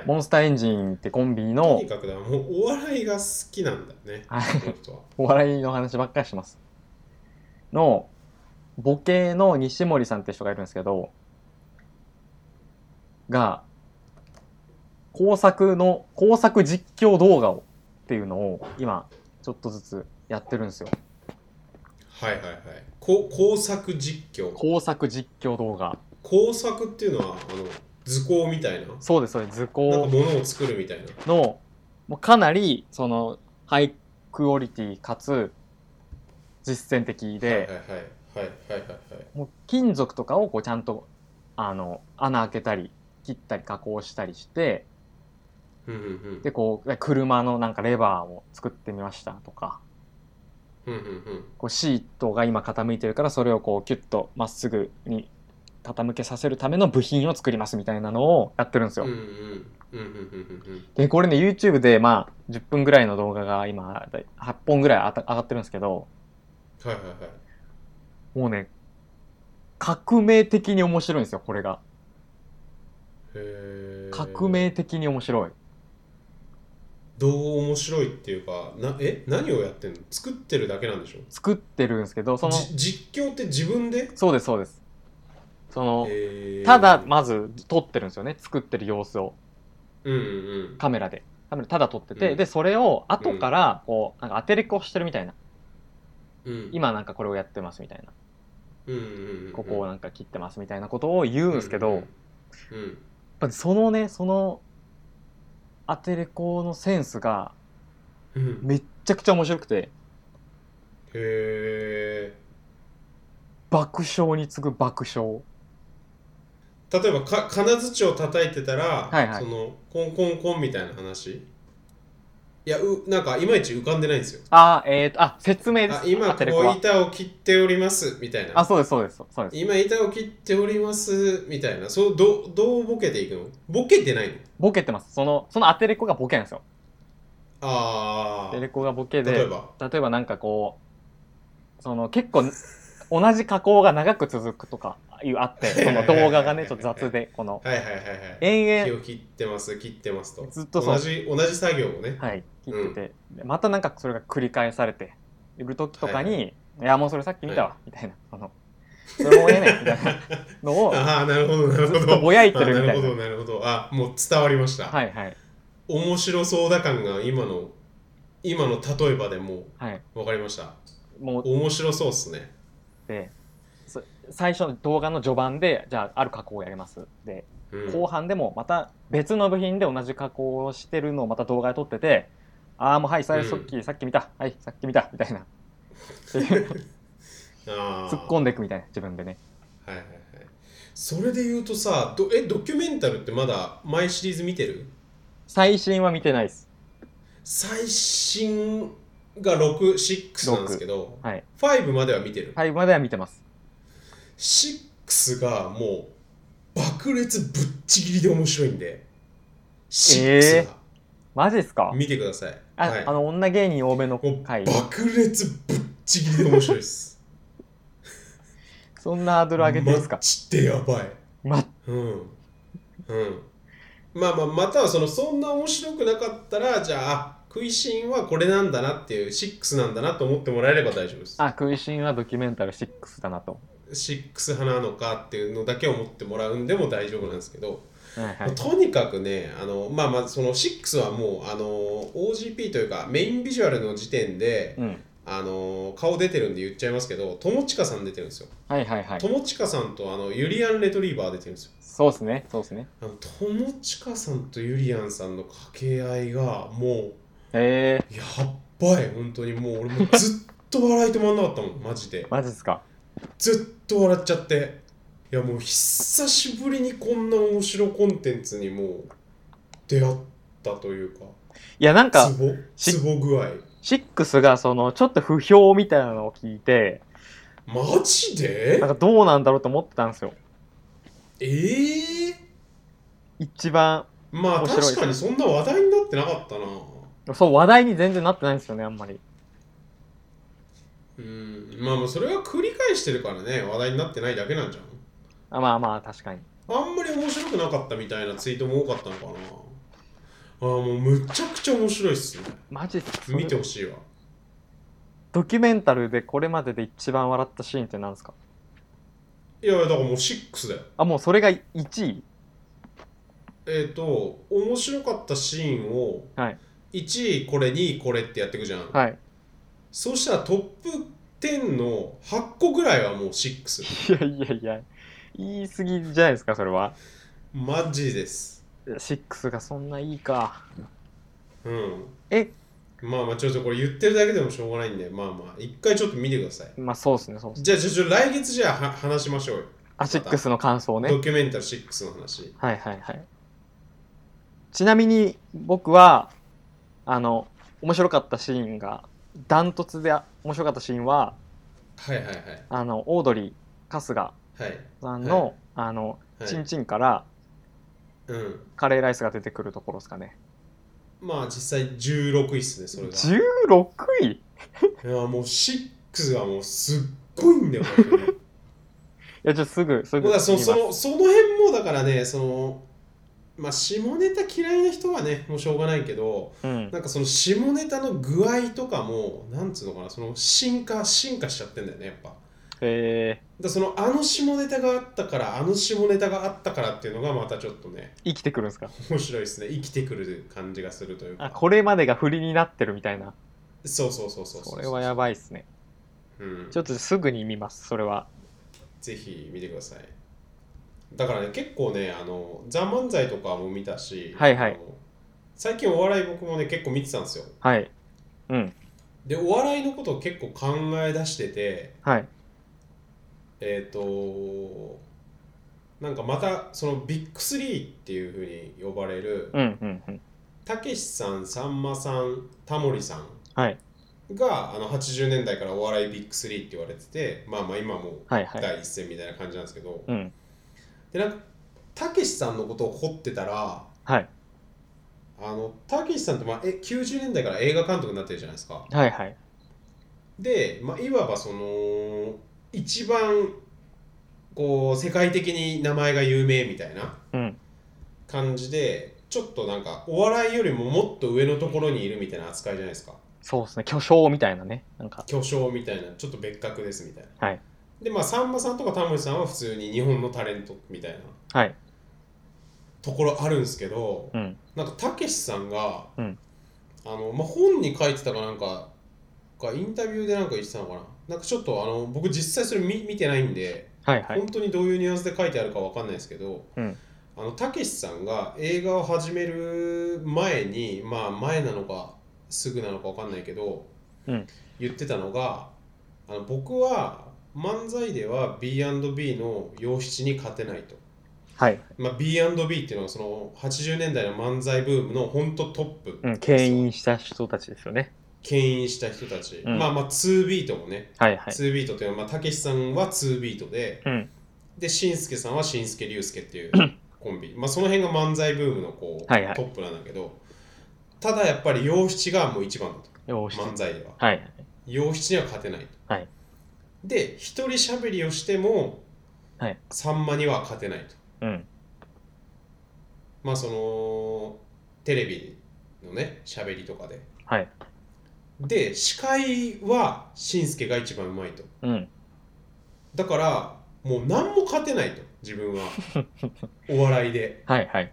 S2: はい、
S1: モンスターエンジンってコンビ
S2: と
S1: の
S2: にかくだもうお笑いが好きなんだね
S1: はい
S2: この人は
S1: お笑いの話ばっかりします。の、ボケの西森さんって人がいるんですけど、が、工作の、工作実況動画をっていうのを今、ちょっとずつやってるんですよ。
S2: はいはいはいこ工作実況
S1: 工作実況動画。
S2: 工作っていうのはあの図工みたいななんか
S1: そうです、そうです。図工。
S2: 物を作るみたいな
S1: のもうかなりそのハイクオリティかつ実践的で、
S2: はいはいはいはいはいはいはい
S1: もう金属とかをこうちゃんとあの穴開けたり切ったり加工したりして
S2: うんうんうん
S1: でこう車のなんかレバーを作ってみましたとか
S2: うんうんうん
S1: こうシートが今傾いてるからそれをこうキュッとまっすぐに傾けさせるための部品を作りますみたいなのをやってるんですよ。
S2: うんうんうんうんうんうんうん
S1: でこれね YouTube でまあ10分ぐらいの動画が今8本ぐらいあた上がってるんですけど、
S2: はいはいはい
S1: もうね、革命的に面白いんですよ、これが。
S2: へー
S1: 革命的に面白い。
S2: どう面白いっていうかなえ何をやってんの作ってるだけなんでしょ
S1: 作ってるんですけど、その、
S2: じ実況って自分で
S1: そうです、そうです。その、
S2: へー
S1: ただ、まず撮ってるんですよね、作ってる様子を、
S2: うんうん
S1: カメラで。カメラただ撮ってて、
S2: うん
S1: で、それを後から、こう、なんか当てれっこしてるみたいな。
S2: うん
S1: 今なんかこれをやってますみたいな。
S2: うんうんうん
S1: ここをなんか切ってますみたいなことを言うんですけど、
S2: うん
S1: やっぱりそのね、その、当てれっこのセンスが、
S2: うんうん
S1: めっちゃくちゃ面白くて、
S2: へえ
S1: 爆笑に次ぐ爆笑。
S2: 例えばか金槌を叩いてたら、
S1: はいはい
S2: そのコンコンコンみたいな話いやうなんかいまいち浮かんでないんですよ
S1: あ、えーと、あ、説明です
S2: あ。今
S1: あテレ
S2: こ
S1: コ
S2: う
S1: は
S2: 板を切っておりますみたい
S1: あ、
S2: な
S1: そうです、そうです、そうです。
S2: 今板を切っておりますみたいなそうどうどうボケていくのボケてないの
S1: ボケてます。その、そのアテレコがボケなんですよ。ア
S2: あ
S1: テレ
S2: あ
S1: コがボケで、
S2: 例えば
S1: 例えばなんかこう、その結構、同じ加工が長く続くとかいうあって、 その動画がね、ちょっと雑で、この、
S2: はいはいはいはい木
S1: 延
S2: を切ってます切ってますと
S1: 々、ずっとそ
S2: 同
S1: う、
S2: じ同じ作業をね、
S1: はい、切ってて、でまたなんかそれが繰り返されている時とかに、
S2: はい
S1: や、もうそれさっき見たわ、みたいな、その、それもええねん、みたいなのを、
S2: ああなるほどなるほ
S1: ず
S2: ど
S1: っとぼやいてるみたい
S2: あなるほど
S1: な。
S2: なるほどあもう伝わりました、
S1: はいはい、
S2: 面白そうだ感が今の今の例えばでも
S1: はい。
S2: う分かりました
S1: もう
S2: 面白そうっすね
S1: でそ最初の動画の序盤でじゃあある加工をやりますで
S2: うん
S1: 後半でもまた別の部品で同じ加工をしてるのをまた動画で撮っててああもうはいそれ
S2: うん
S1: さっき、さっき見たはいさっき見たみたい なっていう
S2: あー
S1: 突っ込んでいくみたいな自分でね
S2: はいはいはいそれで言うとさどえドキュメンタルってまだ毎シリーズ見てる
S1: 最新は見てないです
S2: 最新が66なんですけど
S1: はい
S2: 5までは見てる、
S1: 5までは見てます
S2: 6がもう爆裂ぶっちぎりで面白いんで6が、
S1: えマジですか
S2: 見てください
S1: あ,、
S2: はい
S1: あの女芸人多めの
S2: もう
S1: 回
S2: 爆裂ぶっちぎりで面白いです。
S1: そんなハードル上げていいですか
S2: マジでやばい。
S1: ま
S2: うん。うん。まあまあ、またはその、そんな面白くなかったら、じゃあ、あ食いしんはこれなんだなっていう、シックスなんだなと思ってもらえれば大丈夫です。
S1: あ食いしんはドキュメンタル6だなと
S2: 6派なのかっていうのだけを持ってもらうんでも大丈夫なんですけど、
S1: はいはい
S2: とにかくねあのまあまあその6はもうあの OGP というかメインビジュアルの時点で、
S1: うん
S2: あの顔出てるんで言っちゃいますけど友近さん出てるんですよ
S1: はいはいはい
S2: 友近さんとあのユリアン・レトリーバー出てるんですよ
S1: そうっすねそうっすね
S2: あの友近さんとユリアンさんの掛け合いがも
S1: へえ
S2: うやっばい本当にもう俺もうずっと笑い止まんなかったも んマジで
S1: ー、マジっすか
S2: ずっと笑っちゃっていやもう久しぶりにこんな面白コンテンツにもう出会ったというか
S1: いやなんか
S2: ツボ
S1: し
S2: ツボ具合
S1: 6がそのちょっと不評みたいなのを聞いて
S2: マジで
S1: なんかどうなんだろうと思ってたんですよ
S2: ええ
S1: 一番
S2: まあ
S1: 面白い
S2: 確かにそんな話題になってなかったな
S1: そう話題に全然なってないんですよねあんまり
S2: うんまあまあそれは繰り返してるからね話題になってないだけなんじゃん
S1: あまあまあ確かに
S2: あんまり面白くなかったみたいなツイートも多かったのかなああもうむちゃくちゃ面白いっすね
S1: マジっす
S2: 見てほしいわ
S1: ドキュメンタルでこれまでで一番笑ったシーンって何ですか
S2: いやいやだからもう6だよ
S1: あもうそれが1位
S2: えっ、と面白かったシーンを
S1: はい
S2: 1位これ2位これってやっていくじゃん、
S1: はい
S2: そうしたらトップ10の8個ぐらいはもう6
S1: いやいやいや言い過ぎじゃないですかそれは
S2: マジです
S1: 6がそんないいか
S2: うん
S1: え
S2: まあまあちょっとこれ言ってるだけでもしょうがないんでまあまあ一回ちょっと見てください
S1: まあそうっすねそうっすね
S2: じゃあちょちょ来月じゃあは話しましょうよ、
S1: あ6の感想ね
S2: ドキュメンタル6の話
S1: はいはいはい。ちなみに僕は、あの、面白かったシーンが、ダントツで面白かったシーンは、
S2: はいはいはい
S1: あの、オードリー、春日
S2: はい
S1: さんの、
S2: は
S1: あの、
S2: はい
S1: チンチンから
S2: うん
S1: カレーライスが出てくるところですかね。
S2: まあ実際16位っすねそれが
S1: 16位い
S2: いやもう6がもうすっごいんだよ本当 に
S1: や、ちょっとすぐ、す
S2: もう
S1: ぐ
S2: だからそ
S1: 言い
S2: そ
S1: ます。
S2: のその辺もだからねそのまあ下ネタ嫌いな人はねもうしょうがないけど
S1: うん。
S2: なんかその下ネタの具合とかもなんつうのかなその進化進化しちゃってんだよねやっぱだか
S1: え
S2: らそのあの下ネタがあったからあの下ネタがあったからっていうのがまたちょっとね
S1: ー、生きてくるんですか
S2: 面白いですね生きてくる感じがするという
S1: あ、
S2: か
S1: これまでが振りになってるみたいな。
S2: そうそうそうそうう
S1: それはやばいっすね。
S2: うん
S1: ちょっとすぐに見ます、それは。
S2: ぜひ見てください。だからね、結構ね、あの、ザ・漫才とかも見たし、
S1: はいはい
S2: あの最近お笑い僕もね、結構見てたんですよ。
S1: はい。うん。
S2: で、お笑いのことを結構考え出してて、
S1: はい。
S2: えっ、と、なんかまた、そのビッグスリーっていうふうに呼ばれる、
S1: うんうんうん。
S2: たけしさん、さんまさん、タモリさん
S1: はい。
S2: が、あの、80年代からお笑いビッグスリーって言われてて、まあまあ今も
S1: はいはい。
S2: 第一線みたいな感じなんですけど、
S1: うん。
S2: でなんかたけしさんのことを掘ってたら
S1: はい。
S2: あのたけしさんって、まあ、え90年代から映画監督になってるじゃないですか
S1: はいはい。
S2: で、まあ、いわばその一番こう世界的に名前が有名みたいな
S1: うん。
S2: 感じでちょっとなんかお笑いよりももっと上のところにいるみたいな扱いじゃないですか
S1: そうですね。巨匠みたいなね。なんか。
S2: 巨匠みたいなちょっと別格ですみたいな
S1: はい。
S2: でまあさんまさんとかタモリさんは普通に日本のタレントみたいな
S1: はい。
S2: ところあるんですけど
S1: うん。
S2: なんかたけしさんが、
S1: うん
S2: あのまあ、本に書いてたかなんかかインタビューでなんか言ってたのかななんかちょっとあの僕実際それ見見てないんで、
S1: はいはい。
S2: 本当にどういうニュアンスで書いてあるかわかんないですけど
S1: うん
S2: あのたけしさんが映画を始める前にまあ前なのかすぐなのかわかんないけど、
S1: うん
S2: 言ってたのがあの僕は漫才では B&B の洋七に勝てないと。
S1: はい。
S2: まあ、B&B っていうのはその80年代の漫才ブームの本当トップ、
S1: うん。牽引した人たちですよね。
S2: 牽引した人たち、
S1: うん
S2: まあまあ2ビートもね、
S1: はいはい。
S2: 2ビートというのはまあたけしさんは2ビートで
S1: うん。
S2: でしんすけさんはしんすけりゅうす けっていうコンビ、まあ、その辺が漫才ブームのこう、
S1: はいはい
S2: トップなんだけどただやっぱり洋七がもう一番だと
S1: よし。はい
S2: 漫才では
S1: はい。
S2: 洋七には勝てないと、
S1: はい
S2: で一人しゃべりをしても、
S1: はい
S2: さんまには勝てないと
S1: うん。
S2: まあそのテレビのね喋りとかで
S1: はい。
S2: で司会はしんすけが一番うまいと
S1: うん。
S2: だからもう何も勝てないと自分 はお笑いで
S1: はいはい。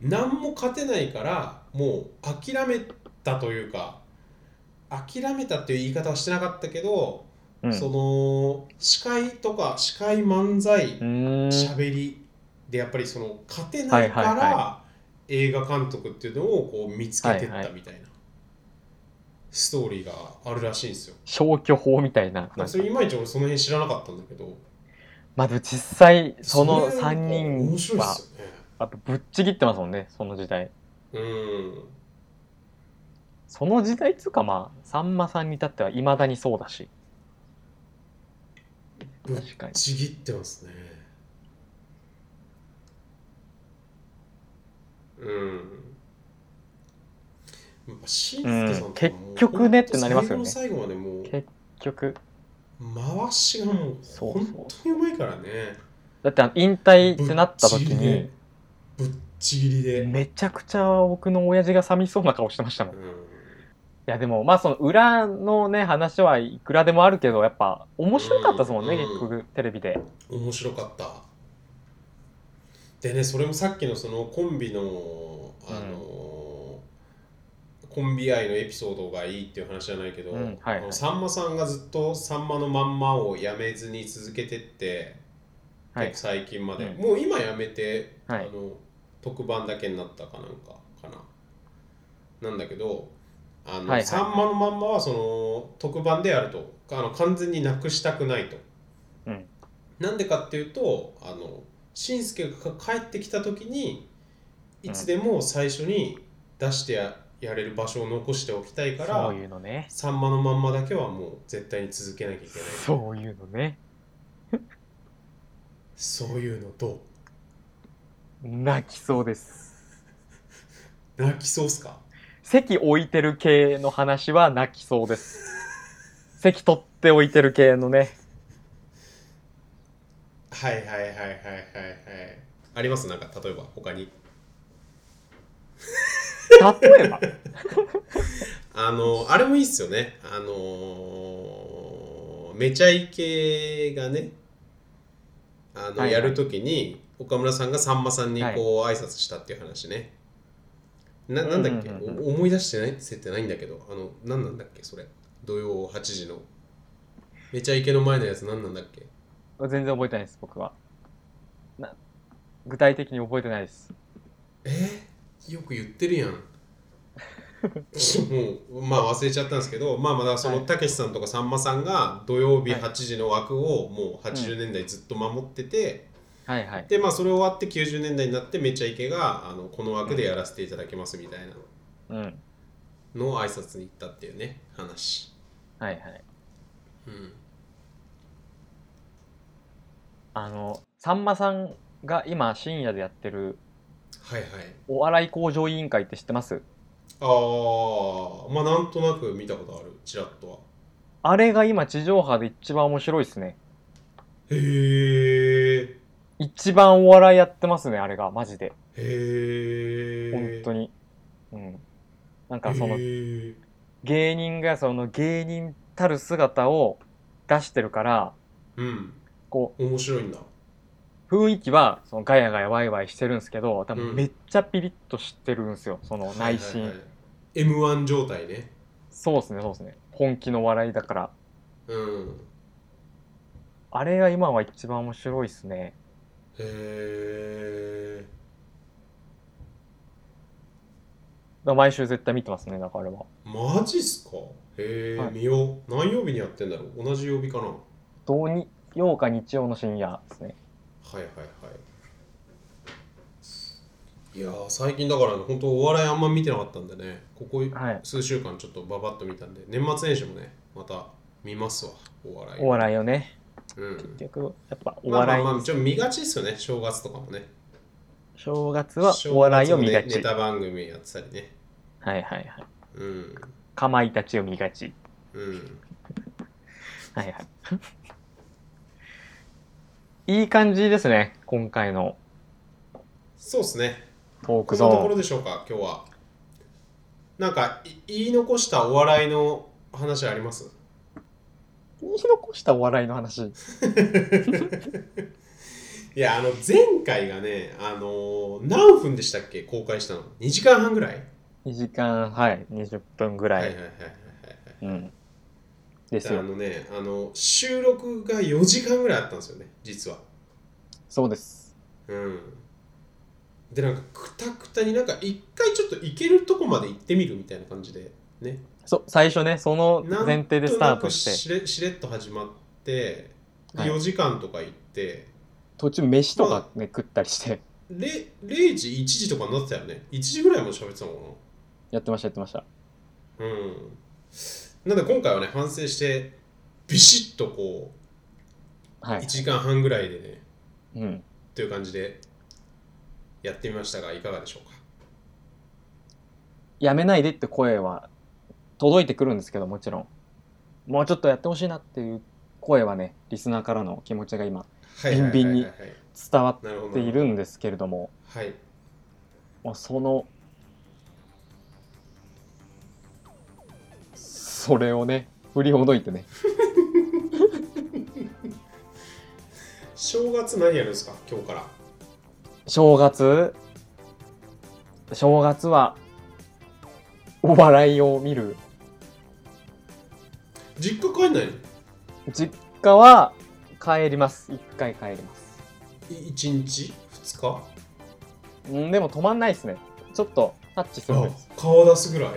S2: 何も勝てないからもう諦めたというか諦めたっていう言い方はしてなかったけど、
S1: うん。
S2: そうの司会とか司会漫才
S1: ーん。
S2: 喋りでやっぱりその勝てないか
S1: はいはい
S2: ら映画監督っていうのをこう見つけてっ
S1: はいは
S2: た
S1: い
S2: みたいなストーリーがあるらしいんですよ。
S1: 消去法みたいな。なんか
S2: それいまいち俺その辺知らなかったんだけど
S1: まあでも実際、その
S2: れ
S1: 3
S2: 面
S1: 人
S2: 白いで
S1: は、
S2: すよね。
S1: やっぱぶっちぎってますもんね、その時代。
S2: うん
S1: その時代っつうかまあ、さんまさんに至っては未だにそうだし。
S2: ぶっ
S1: 確かに。
S2: ちぎってますねうんやっぱ紳助さんとかも
S1: うん結局ねってなりますよね
S2: 最後の最後までもう
S1: 結局、
S2: 回しがもう
S1: そうそう
S2: 本当にうまいからね
S1: だってあの引退ってなった時に、
S2: ぶっちぎりでぶっちぎりで、
S1: めちゃくちゃ僕の親父が寂しそうな顔してましたもん。
S2: う
S1: い
S2: ん
S1: やでもまあその裏のね、話はいくらでもあるけど、やっぱ面白かったですもんね、
S2: うん
S1: 結局テレビで。
S2: 面白かったでねそれもさっきのそのコンビのあの、コンビ愛のエピソードがいいっていう話じゃないけど、
S1: うんはいはい
S2: あのさんまさんがずっとさんまのまんまをやめずに続けてって、
S1: はい。
S2: 最近まで、
S1: うん
S2: もう今やめて、
S1: はい
S2: あの特番だけになったかなんかかななんだけどあの、
S1: はいはい
S2: さんまのまんまはその特番でやるとあの完全になくしたくないと、
S1: うん
S2: なんでかっていうとあのしんすけが帰ってきた時にいつでも最初に出してややれる場所を残しておきたいから
S1: そういうのね。
S2: さんまのまんまだけはもう絶対に続けなきゃいけない
S1: そういうのね。
S2: そういうのと
S1: 泣きそうです。
S2: 泣きそうっすか
S1: 席置いてる系の話は泣きそうです。席取って置いてる系のね。
S2: はいはいはいはいはいはいありますなんか例えば他に
S1: 例えば。
S2: あのあれもいいっすよねあのーめちゃイケがねあ
S1: は
S2: の、
S1: いはい
S2: やるときに岡村さんがさんまさんにこう、挨拶したっていう話ねななんだっけ、
S1: うんうんうん
S2: お思い出してないせてないんだけどあの何なんだっけそれ土曜8時のめちゃイケの前のやつ何なんだっけ
S1: 全然覚えてないです、僕は。な具体的に覚えてないです。
S2: えーよく言ってるやんもうまあ忘れちゃったんですけどまあまだその
S1: はい
S2: たけしさんとかさんまさんが土曜日
S1: はい
S2: 8時の枠をもう80年代ずっと守ってて、
S1: はいはい。
S2: でまあそれ終わって90年代になってめちゃイケがあのこの枠でやらせていただきますみたい
S1: う
S2: な
S1: ん。はい
S2: のを挨拶に行ったっていうね話
S1: はい。
S2: うん
S1: あの、さんまさんが今深夜でやってる
S2: はいはい
S1: お笑い向上委員会って知ってます
S2: ああまあなんとなく見たことあるちらっとは
S1: あれが今地上波で一番面白いですね。
S2: へえ
S1: 一番お笑いやってますね、あれが、マジで。
S2: へえ
S1: 本当
S2: に
S1: に。うん。なんかその
S2: へー
S1: 芸人がその芸人たる姿を出してるから、
S2: うん
S1: こ
S2: 面白いんだ
S1: う、雰囲気はそのガヤガヤワイワイしてるんですけど、多
S2: う
S1: 分
S2: ん
S1: めっちゃピリッとしてるんですよ、その内心。
S2: はいはいはい M1 状態ね
S1: そうですね、そうですね。本気の笑いだから。
S2: うん
S1: あれが今は一番面白いですね。
S2: へえ
S1: だから毎週絶対見てますね、だからあれは。
S2: マジっすかへえ、
S1: はい
S2: 見よう何曜日にやってんだろう同じ曜日かなは
S1: 土日曜か日曜の深夜ですね。
S2: いはいはいいやー最近だからね本当お笑いあんま見てなかったんでねここ
S1: はい
S2: 数週間ちょっとババッと見たんで年末年始もねまた見ますわお笑い
S1: お笑いをね。
S2: うん
S1: 結局、やっぱお
S2: まあま
S1: 笑
S2: あ
S1: い、
S2: まあちょっと見がちですよね正月とかもね
S1: 正月はお笑いを見が
S2: 正月のね
S1: ち。
S2: ネタ番組やってたりね
S1: はいはいはい。
S2: うん
S1: かまいたちを見がち。
S2: うん
S1: はいはい。い い感じですね、今回の
S2: そうですね
S1: トー
S2: こ
S1: ク
S2: ん
S1: ゾ
S2: なとこ
S1: ー
S2: ろ
S1: ン。
S2: でしょうか、今日は。なんかい言い残したお笑いの話あります
S1: 言い残したお笑いの話。
S2: いやあの前回がねあのー何分でしたっけ公開したの2時間半ぐらい
S1: 2時間、はい、20分ぐ
S2: は
S1: ら
S2: はい
S1: い。
S2: はいはい
S1: うん。です
S2: であ
S1: よ。
S2: のねあの収録が4時間ぐらいあったんですよね実は
S1: そうです。
S2: うんでなんかくたくたになんか一回ちょっと行けるとこまで行ってみるみたいな感じでね
S1: そ最初ね、その
S2: なん
S1: 前提でスタートし
S2: とな
S1: て、
S2: くしれしれっと始まってで
S1: はい
S2: 4時間とか行って、
S1: 途中飯とかね、食ったりして、
S2: れ 0, 時1時とかになってたよね1時ぐらいも喋ってたのかな
S1: やってました、やってました。
S2: うん、なんで今回はね反省してビシッとこ
S1: は
S2: う1
S1: い。
S2: 時間半ぐらいでね
S1: うん。
S2: という感じでやってみましたがいかがでしょうか
S1: やめないでって声は届いてくるんですけどもちろんもうちょっとやってほしいなっていう声はねリスナーからの気持ちが今
S2: はいはいはいはい
S1: ビンビンに
S2: はい
S1: 伝わ
S2: なるほ
S1: っ
S2: ど
S1: ているんですけれども
S2: はい
S1: まあそのそれをね振りほどいてね
S2: 正月何やるんですか今日から
S1: 正月正月はお笑いを見る
S2: 実家帰んないの
S1: 実家は帰ります一回帰ります
S2: い1日2日
S1: うんでも止まんないですねちょっとタッチするん
S2: あ
S1: です
S2: 顔出すぐらい、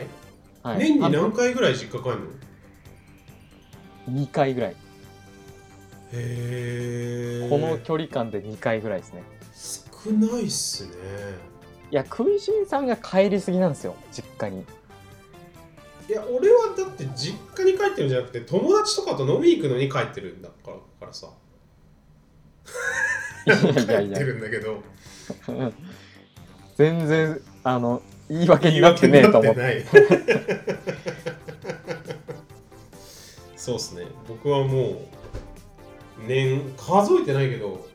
S1: はい、
S2: 年に
S1: あ
S2: 何回ぐらい実家帰んの
S1: 2回ぐらい
S2: へえ
S1: この距離感で2回ぐらいですね
S2: 少ないっすね
S1: いや食いしんさんが帰りすぎなんですよ実家 に
S2: いや俺はだって実家に帰ってるんじゃなくて友達とかと飲み行くのに帰ってるんだからからさ
S1: い
S2: 帰っ
S1: やいや
S2: てるんだけど
S1: うん全然あの言い訳になってねえと思って
S2: 言い訳になってない そうっすね僕はもう年数えてないけど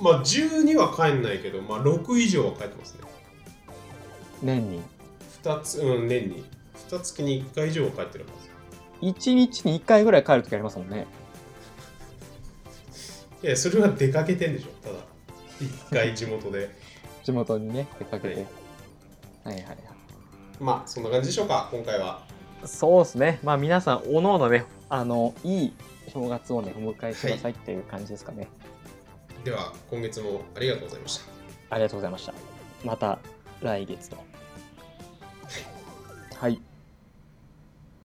S2: まあ12は帰んないけどまあ6以上は帰ってますね
S1: 年に
S2: 2つうん年に2月に1回以上は帰ってるはず
S1: 1日に1回ぐらい帰る時ありますもんね
S2: いやそれは出かけてんでしょただ1回地元で
S1: 地元にね出かけて、は
S2: はい
S1: い、はいはい
S2: まあそんな感じでしょうか今回は
S1: そうですねまあ皆さんおのおのねあのいい正月をねお迎えしてくださいっていう感じですかね、
S2: では今月もありがとうございました
S1: ありがとうございましたまた来月とはい